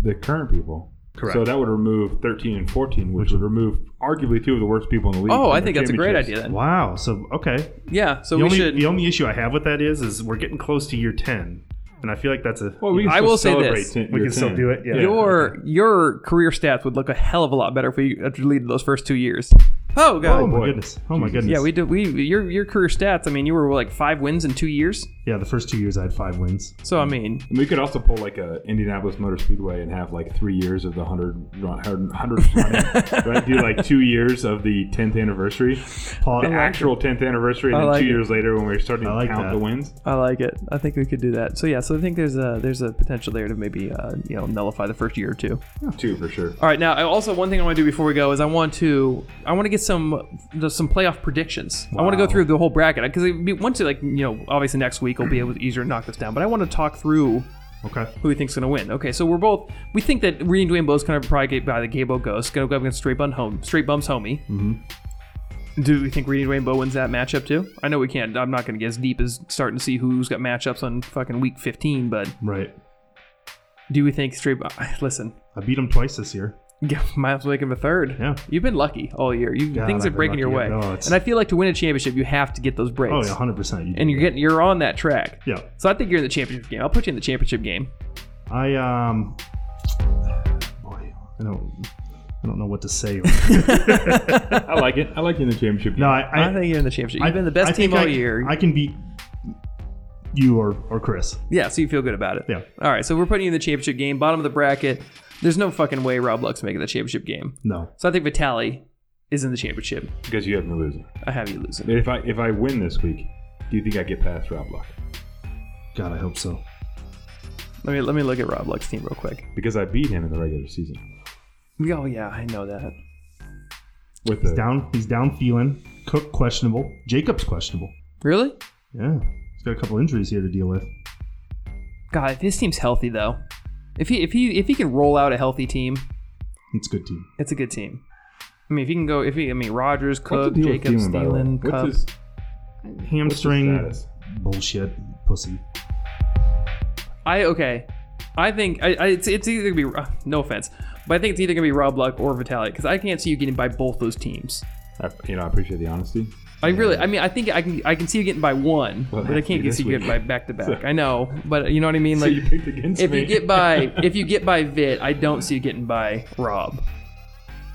S7: the current people.
S8: Correct.
S7: So that would remove 13 and 14, which would remove arguably two of the worst people in the league.
S6: Oh,
S7: from
S6: I
S7: their
S6: think that's a great idea
S7: championships.
S6: then.
S8: Wow. So okay.
S6: Yeah, so
S8: the
S6: we
S8: only
S6: should.
S8: the only issue I have with that is is we're getting close to year ten, and I feel like that's a
S7: Well, we can
S6: I
S7: still
S6: will say
S7: celebrate
S6: this.
S7: ten-
S8: We
S7: your
S8: can still
S7: 10.
S8: do it, yeah.
S6: Your your career stats would look a hell of a lot better if we deleted those first two years. Oh god.
S8: oh my
S7: boy.
S8: goodness. Oh my goodness.
S6: yeah, we did. We your your career stats. I mean, you were like five wins in two years.
S8: yeah. The first two years I had five wins.
S6: So I mean,
S7: And we could also pull like a Indianapolis Motor Speedway and have like three years of the 100, run- 100 running, right? Do like two years of the 10th anniversary,
S8: Paul,
S7: the actual 10th anniversary, and
S6: I
S7: then
S6: like
S7: two
S6: it.
S7: years later when we're starting
S8: I
S7: to
S8: like
S7: count
S8: that.
S7: the wins.
S6: I like it. I think we could do that. So yeah, so I think there's a there's a potential there to maybe uh, you know nullify the first year or two.
S7: Two for sure.
S6: All right. Now, I also one thing I want to do before we go is I want to I want to get some the, some playoff predictions. I want to go through the whole bracket because once it, like you know obviously next week will be able to easier to knock this down. But I want to talk through
S8: okay.
S6: who we think's going to win. Okay, so we're both we think that Reed and Dwayne Bowe's going to probably get by the Gabo Ghost, going to go up against Straight Bum Home, Straight Bum's Homie. Mm-hmm. Do we think Reed and Dwayne Bowe wins that matchup too? I know we can't. I'm not going to get as deep as starting to see who's got matchups on fucking week 15. But
S8: Right.
S6: do we think Straight? Bum, listen,
S8: I beat him twice this year.
S6: Yeah, might as well make him a third.
S8: Yeah.
S6: You've been lucky all year. You
S8: God,
S6: things are
S8: I've been
S6: breaking your way.
S8: lucky. No, it's-
S6: and I feel like to win a championship you have to get those breaks.
S8: Oh yeah, hundred percent.
S6: And you're getting you're on that track.
S8: yeah.
S6: So I think you're in the championship game. I'll put you in the championship game.
S8: I um. Boy, I don't. I don't know what to say.
S7: I like it. I like you in the championship.
S8: no, I.
S6: I,
S8: I,
S6: think you're in the championship. You've
S8: I-
S6: been the best
S8: I
S6: team
S8: think
S6: all
S8: I-
S6: year.
S8: I can beat you or or Chris.
S6: yeah, so you feel good about it.
S8: Yeah.
S6: All right, so we're putting you in the championship game, bottom of the bracket. There's no fucking way Rob Luck's making the championship game.
S7: No,
S6: So I think Vitali is in the championship.
S7: because you have me losing.
S6: I have you losing.
S7: If I if I win this week, do you think I get past Rob Luck?
S8: God, I hope so.
S6: Let me let me look at Rob Luck's team real quick.
S7: Because I beat him in the regular season
S6: Oh yeah, I know that.
S7: with
S8: He's
S7: the
S8: down. He's down. Thielen, Cook questionable. Jacobs questionable.
S6: Really?
S8: Yeah, he's got a couple injuries here to deal with.
S6: God, if his team's healthy though, if he if he if he can roll out a healthy team,
S8: It's a good team.
S6: it's a good team. I mean, if he can go, if he, I mean, Rogers,
S7: What's the
S6: Cook,
S7: deal with
S6: Jacobs,
S7: Thielen, by the way?
S6: Thielen,
S7: What's
S6: Cup.
S7: his-
S8: Hamstring
S7: status?
S8: bullshit, pussy.
S6: I okay. I think I, I it's, it's either gonna be uh, no offense, but I think it's either gonna be Rob Luck or Vitalik because I can't see you getting by both those teams.
S7: I, you know, I appreciate the honesty.
S6: I really, I mean, I think I can I can see you getting by one,
S7: Well,
S6: but I can't
S7: this
S6: see you
S7: week.
S6: getting by back to back. I know, but you know what I mean.
S7: So
S6: Like
S7: you picked against
S6: if
S7: me.
S6: you get by if you get by Vit, I don't see you getting by Rob.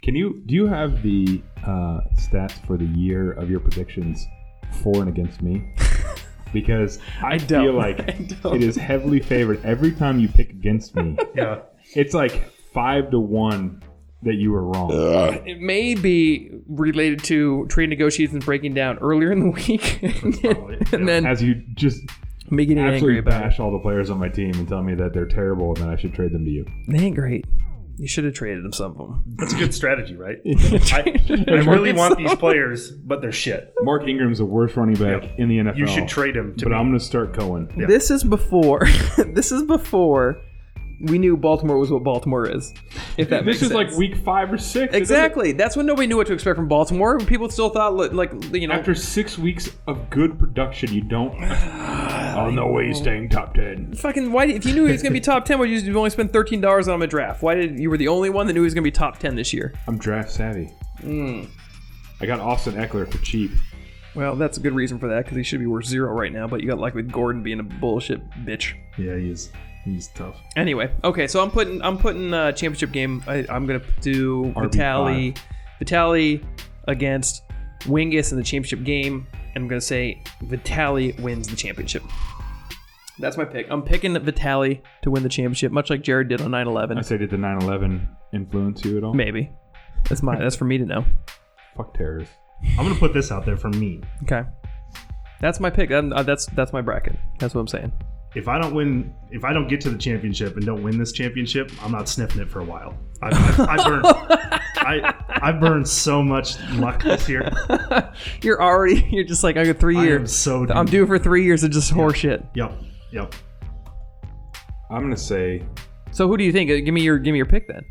S7: Can you do you have the uh, stats for the year of your predictions for and against me? Because I,
S6: I don't.
S7: feel
S6: I
S7: like
S6: don't.
S7: it is heavily favored every time you pick against me.
S8: Yeah.
S7: It's like five to one that you were wrong.
S6: It may be related to trade negotiations breaking down earlier in the week, and
S8: Oh,
S6: then, and then
S7: As you just
S6: me getting angry
S7: absolutely
S6: about it.
S7: bash all the players on my team and tell me that they're terrible and that I should trade them to you.
S6: They ain't great. You should have traded them some of them.
S8: That's a good strategy, right? I, I really want these players, but they're shit.
S7: Mark Ingram's the worst running back
S8: Yep.
S7: in the NFL.
S8: You should trade him to
S7: But
S8: me.
S7: I'm going to start Cohen.
S6: This is before. this is before we knew Baltimore was what Baltimore is. If that makes
S7: This is
S6: sense.
S7: like week five or six. isn't it?
S6: Exactly. That's when nobody knew what to expect from Baltimore. People still thought, li- like, you know,
S7: After six weeks of good production, you don't. oh no way, he's staying top ten.
S6: fucking. Why? If you knew he was going to be top ten, why did you only spend thirteen dollars on him a draft? Why did you were the only one that knew he was going to be top ten this year?
S7: I'm draft savvy. Hmm. I got Austin Eckler for cheap.
S6: Well, that's a good reason for that because he should be worth zero right now. But you got like with Gordon being a bullshit bitch.
S8: Yeah, he is. He's tough.
S6: Anyway, okay, so I'm putting I'm putting uh, championship game. I, I'm gonna do
S7: RB5.
S6: Vitali, Vitali against Wingus in the championship game, and I'm gonna say Vitali wins the championship. That's my pick. I'm picking Vitali to win the championship, much like Jared did on 9/11.
S7: I say, did the 9/11 influence you at all?
S6: Maybe that's my that's for me to know.
S7: Fuck terrorists.
S8: I'm gonna put this out there for me.
S6: Okay, that's my pick. That- uh, that's that's my bracket. That's what I'm saying.
S8: If I don't win, if I don't get to the championship and don't win this championship, I'm not sniffing it for a while. I, I, I burned. I I burned so much luck this year.
S6: You're already you're just like I got three
S8: I am
S6: years.
S8: so.
S6: I'm due for three years of just horseshit.
S8: Yep. Yep.
S7: I'm gonna say
S6: So who do you think? Uh, Give me your give me your pick then.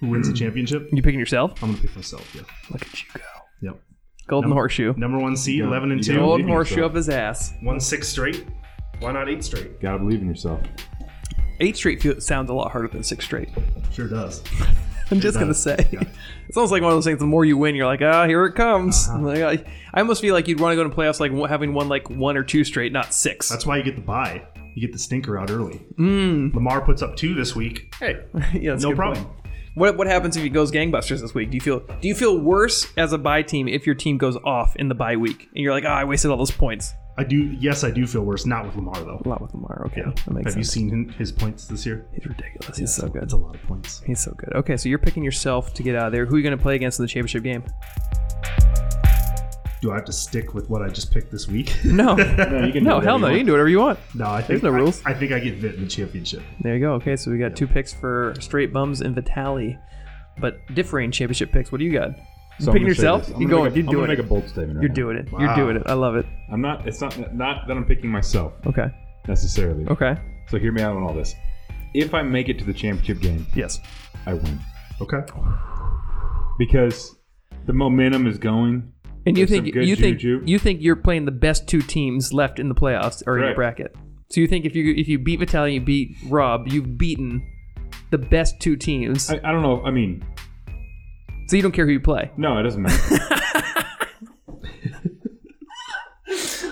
S8: Who
S6: Hmm.
S8: wins the championship?
S6: You picking yourself?
S8: I'm gonna pick myself. Yeah.
S6: Look at you go.
S8: Yep.
S6: Golden horseshoe.
S8: Number one seed, eleven and two,
S7: you don't-
S6: Golden
S7: believe
S6: horseshoe
S7: yourself.
S6: up his ass.
S8: won six straight. Why not eight straight?
S7: gotta believe in yourself.
S6: Eight straight feel, sounds a lot harder than six straight.
S8: Sure does.
S6: I'm just gonna
S8: does.
S6: say. It's almost like one of those things. The more you win, you're like, ah, here it comes.
S8: Uh-huh.
S6: Like, I, I almost feel like you'd want to go to playoffs like wh- having won like one or two straight, not six.
S8: That's why you get the buy. You get the stinker out early. Lamar puts up two this week. Hey,
S6: yeah, Hmm. that's a
S8: no
S6: good
S8: problem.
S6: point. What what happens if he goes gangbusters this week? Do you feel do you feel worse as a bye team if your team goes off in the bye week and you're like, ah, I wasted all those points?
S8: I do. Yes, I do feel worse. Not with Lamar though.
S6: A lot with Lamar. Okay,
S8: Yeah.
S6: that makes
S8: Have you
S6: sense.
S8: seen him, his points this year?
S6: He's ridiculous. He's so good.
S8: That's a lot of points.
S6: He's so good. Okay, so you're picking yourself to get out of there. Who are you going to play against in the championship game?
S8: Do I have to stick with what I just picked this week?
S6: No,
S7: No, you can
S6: no,
S7: do
S6: hell
S7: whatever
S6: no. You
S7: you
S6: can do whatever you want.
S8: no, I think
S6: There's no
S8: I-
S6: rules.
S8: I, think I get Vit in the championship.
S6: There you go. Okay, so we got two picks for straight bums and Vitali, but differing championship picks. What do you got?
S7: want.
S6: picking yourself?
S7: I'm
S6: You
S7: gonna
S6: going-
S7: make a-
S6: you're
S7: I'm gonna
S6: doing
S7: make
S6: it.
S7: a bold statement. Right
S6: You're
S7: now.
S6: doing it. You're doing it. I love it.
S7: I'm not. It's not not that I'm picking myself
S6: Okay.
S7: necessarily.
S6: Okay.
S7: So hear me out on all this. If I make it to the championship game,
S6: Yes.
S7: I win
S8: Okay.
S7: because the momentum is going.
S6: And you
S7: There's
S6: think
S7: some good
S6: you think
S7: juju.
S6: you think you're playing the best two teams left in the playoffs or in your
S7: Correct.
S6: bracket. So you think if you if you beat Vitali, you beat Rob, you've beaten the best two teams.
S7: I, I don't know. I mean,
S6: so you don't care who you play.
S7: No, it doesn't matter.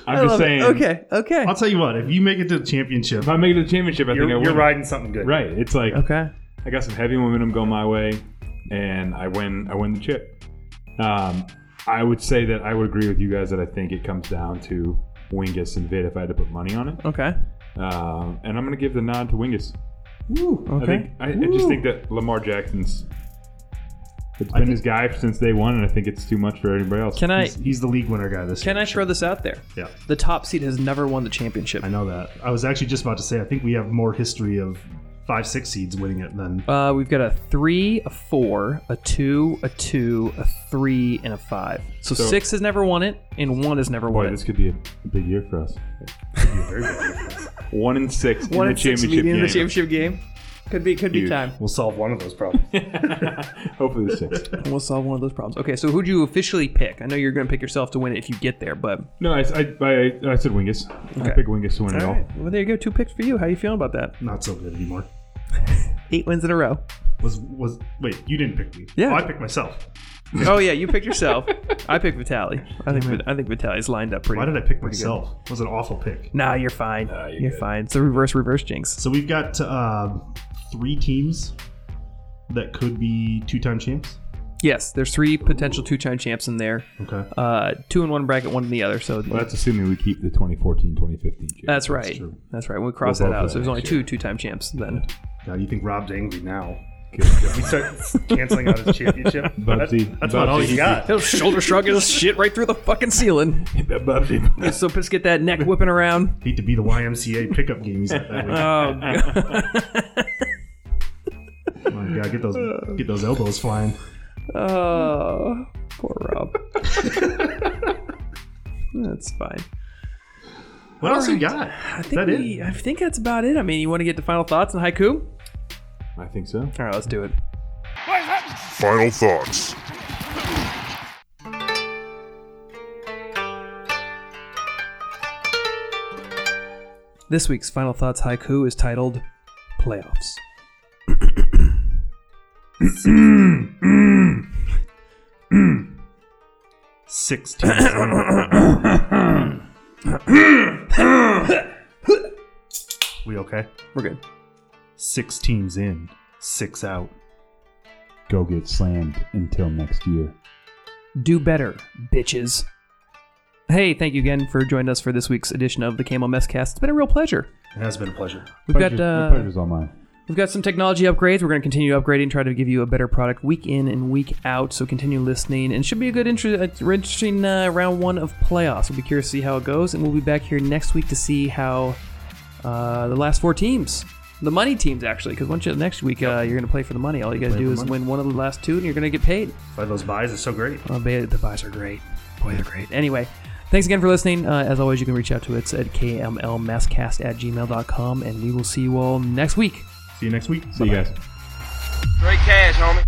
S7: I'm just saying.
S6: Okay. Okay.
S8: I'll tell you what. If you make it to the championship,
S7: If I make it to the championship, I
S8: you're,
S7: think I
S8: you're
S7: win.
S8: riding something good.
S7: Right. It's like
S6: Okay.
S7: I got some heavy momentum going my way, and I win. I win the chip. Um, I would say that I would agree with you guys that I think it comes down to Wingus and Vid if I had to put money on it. Uh,
S6: Okay.
S7: Um, and I'm going to give the nod to Wingus. I
S6: Okay.
S7: think I, I just think that Lamar Jackson's it's been his guy since day one, and I think it's too much for anybody else.
S6: Can I
S8: He's, he's the league winner guy this
S6: can
S8: year.
S6: I throw this out there?
S8: Yeah.
S6: The top seed has never won the championship.
S8: I know that. I was actually just about to say I think we have more history of five, six seeds winning it than
S6: Uh, we've got a three, a four, a two, a two, a three, and a five. So, six has never won it, and one has never
S7: Boy,
S6: won
S7: this
S6: it.
S7: could be a, a big year for us. one and six in the
S6: six
S7: championship
S6: meeting in the
S7: game.
S6: championship game. Could be, could be
S7: Huge.
S6: time.
S8: we'll solve one of those problems.
S7: Hopefully the six.
S6: We'll solve one of those problems. Okay, so who do you officially pick? I know you're going to pick yourself to win it if you get there, but
S7: No, I, I, I, I said Wingus. I
S6: Okay.
S7: pick Wingus to win it all.
S6: well, there you go. Two picks for you. How you feeling about that?
S8: Not so good anymore.
S6: Eight wins in a row.
S8: Was was wait, you didn't pick me.
S6: Yeah.
S8: Oh, I picked myself.
S6: oh yeah, you picked yourself. I picked Vitali. I think Vit- I think Vitali's lined up pretty.
S8: Why did I pick myself? It was an awful pick.
S6: Nah, you're fine. you're fine. It's a reverse reverse jinx.
S8: So we've got um three teams that could be two time champs.
S6: Yes, there's three potential two time champs in there.
S8: Okay.
S6: Uh, two in one bracket, one in the other. So
S7: Well, that's assuming we keep the 2014-2015 champ.
S6: that's right. That's, right. We cross
S7: We'll
S6: that
S7: vote
S6: out.
S7: for
S6: So there's
S7: that
S6: only
S7: next
S6: two two time champs then.
S8: God, you think Rob's angry now?
S7: Good.
S8: We start canceling out his championship.
S7: Bubsy.
S8: That's about all
S7: Bubsy.
S8: you got.
S6: He'll shoulder shrug his shit right through the fucking ceiling.
S7: Bubsy.
S6: So pissed get that neck whipping around.
S8: Hate to be the YMCA pickup game he's at that week.
S6: Oh, God.
S8: My God, get those get those elbows flying.
S6: oh poor Rob. That's fine.
S8: What else you got?
S6: I
S8: Is
S6: think
S8: that it?
S6: we, I think that's about it. I mean, you want to get to final thoughts on haiku?
S7: I think so.
S6: All right, let's do it.
S1: Final thoughts.
S6: This week's final thoughts haiku is titled "Playoffs."
S8: Six teams. we okay?
S6: We're good.
S8: Six teams in, six out.
S10: Go get slammed until next year.
S6: Do better, bitches. Hey, thank you again for joining us for this week's edition of the Camel Mess Cast. It's been a real pleasure.
S8: It has been a pleasure.
S6: We've
S10: Pleasure's-
S6: got
S10: my
S6: uh,
S10: pleasure's all mine.
S6: we've got some technology upgrades. We're going to continue upgrading, try to give you a better product week in and week out. So continue listening, and it should be a good inter- uh, interesting uh, round one of playoffs. We'll be curious to see how it goes, and we'll be back here next week to see how uh, the last four teams, the money teams actually, because once you next week uh, you're going to play for the money. All you got to do is win one of the last two, and you're going to get paid.
S8: Why those buys are so great.
S6: Oh, ba- the buys are great. Boy, they're great. Anyway, thanks again for listening. Uh, as always, you can reach out to us at kmlmasscast at gmail.com, and we will see you all next week.
S8: See you next week.
S7: See you guys.
S3: Straight cash, homie.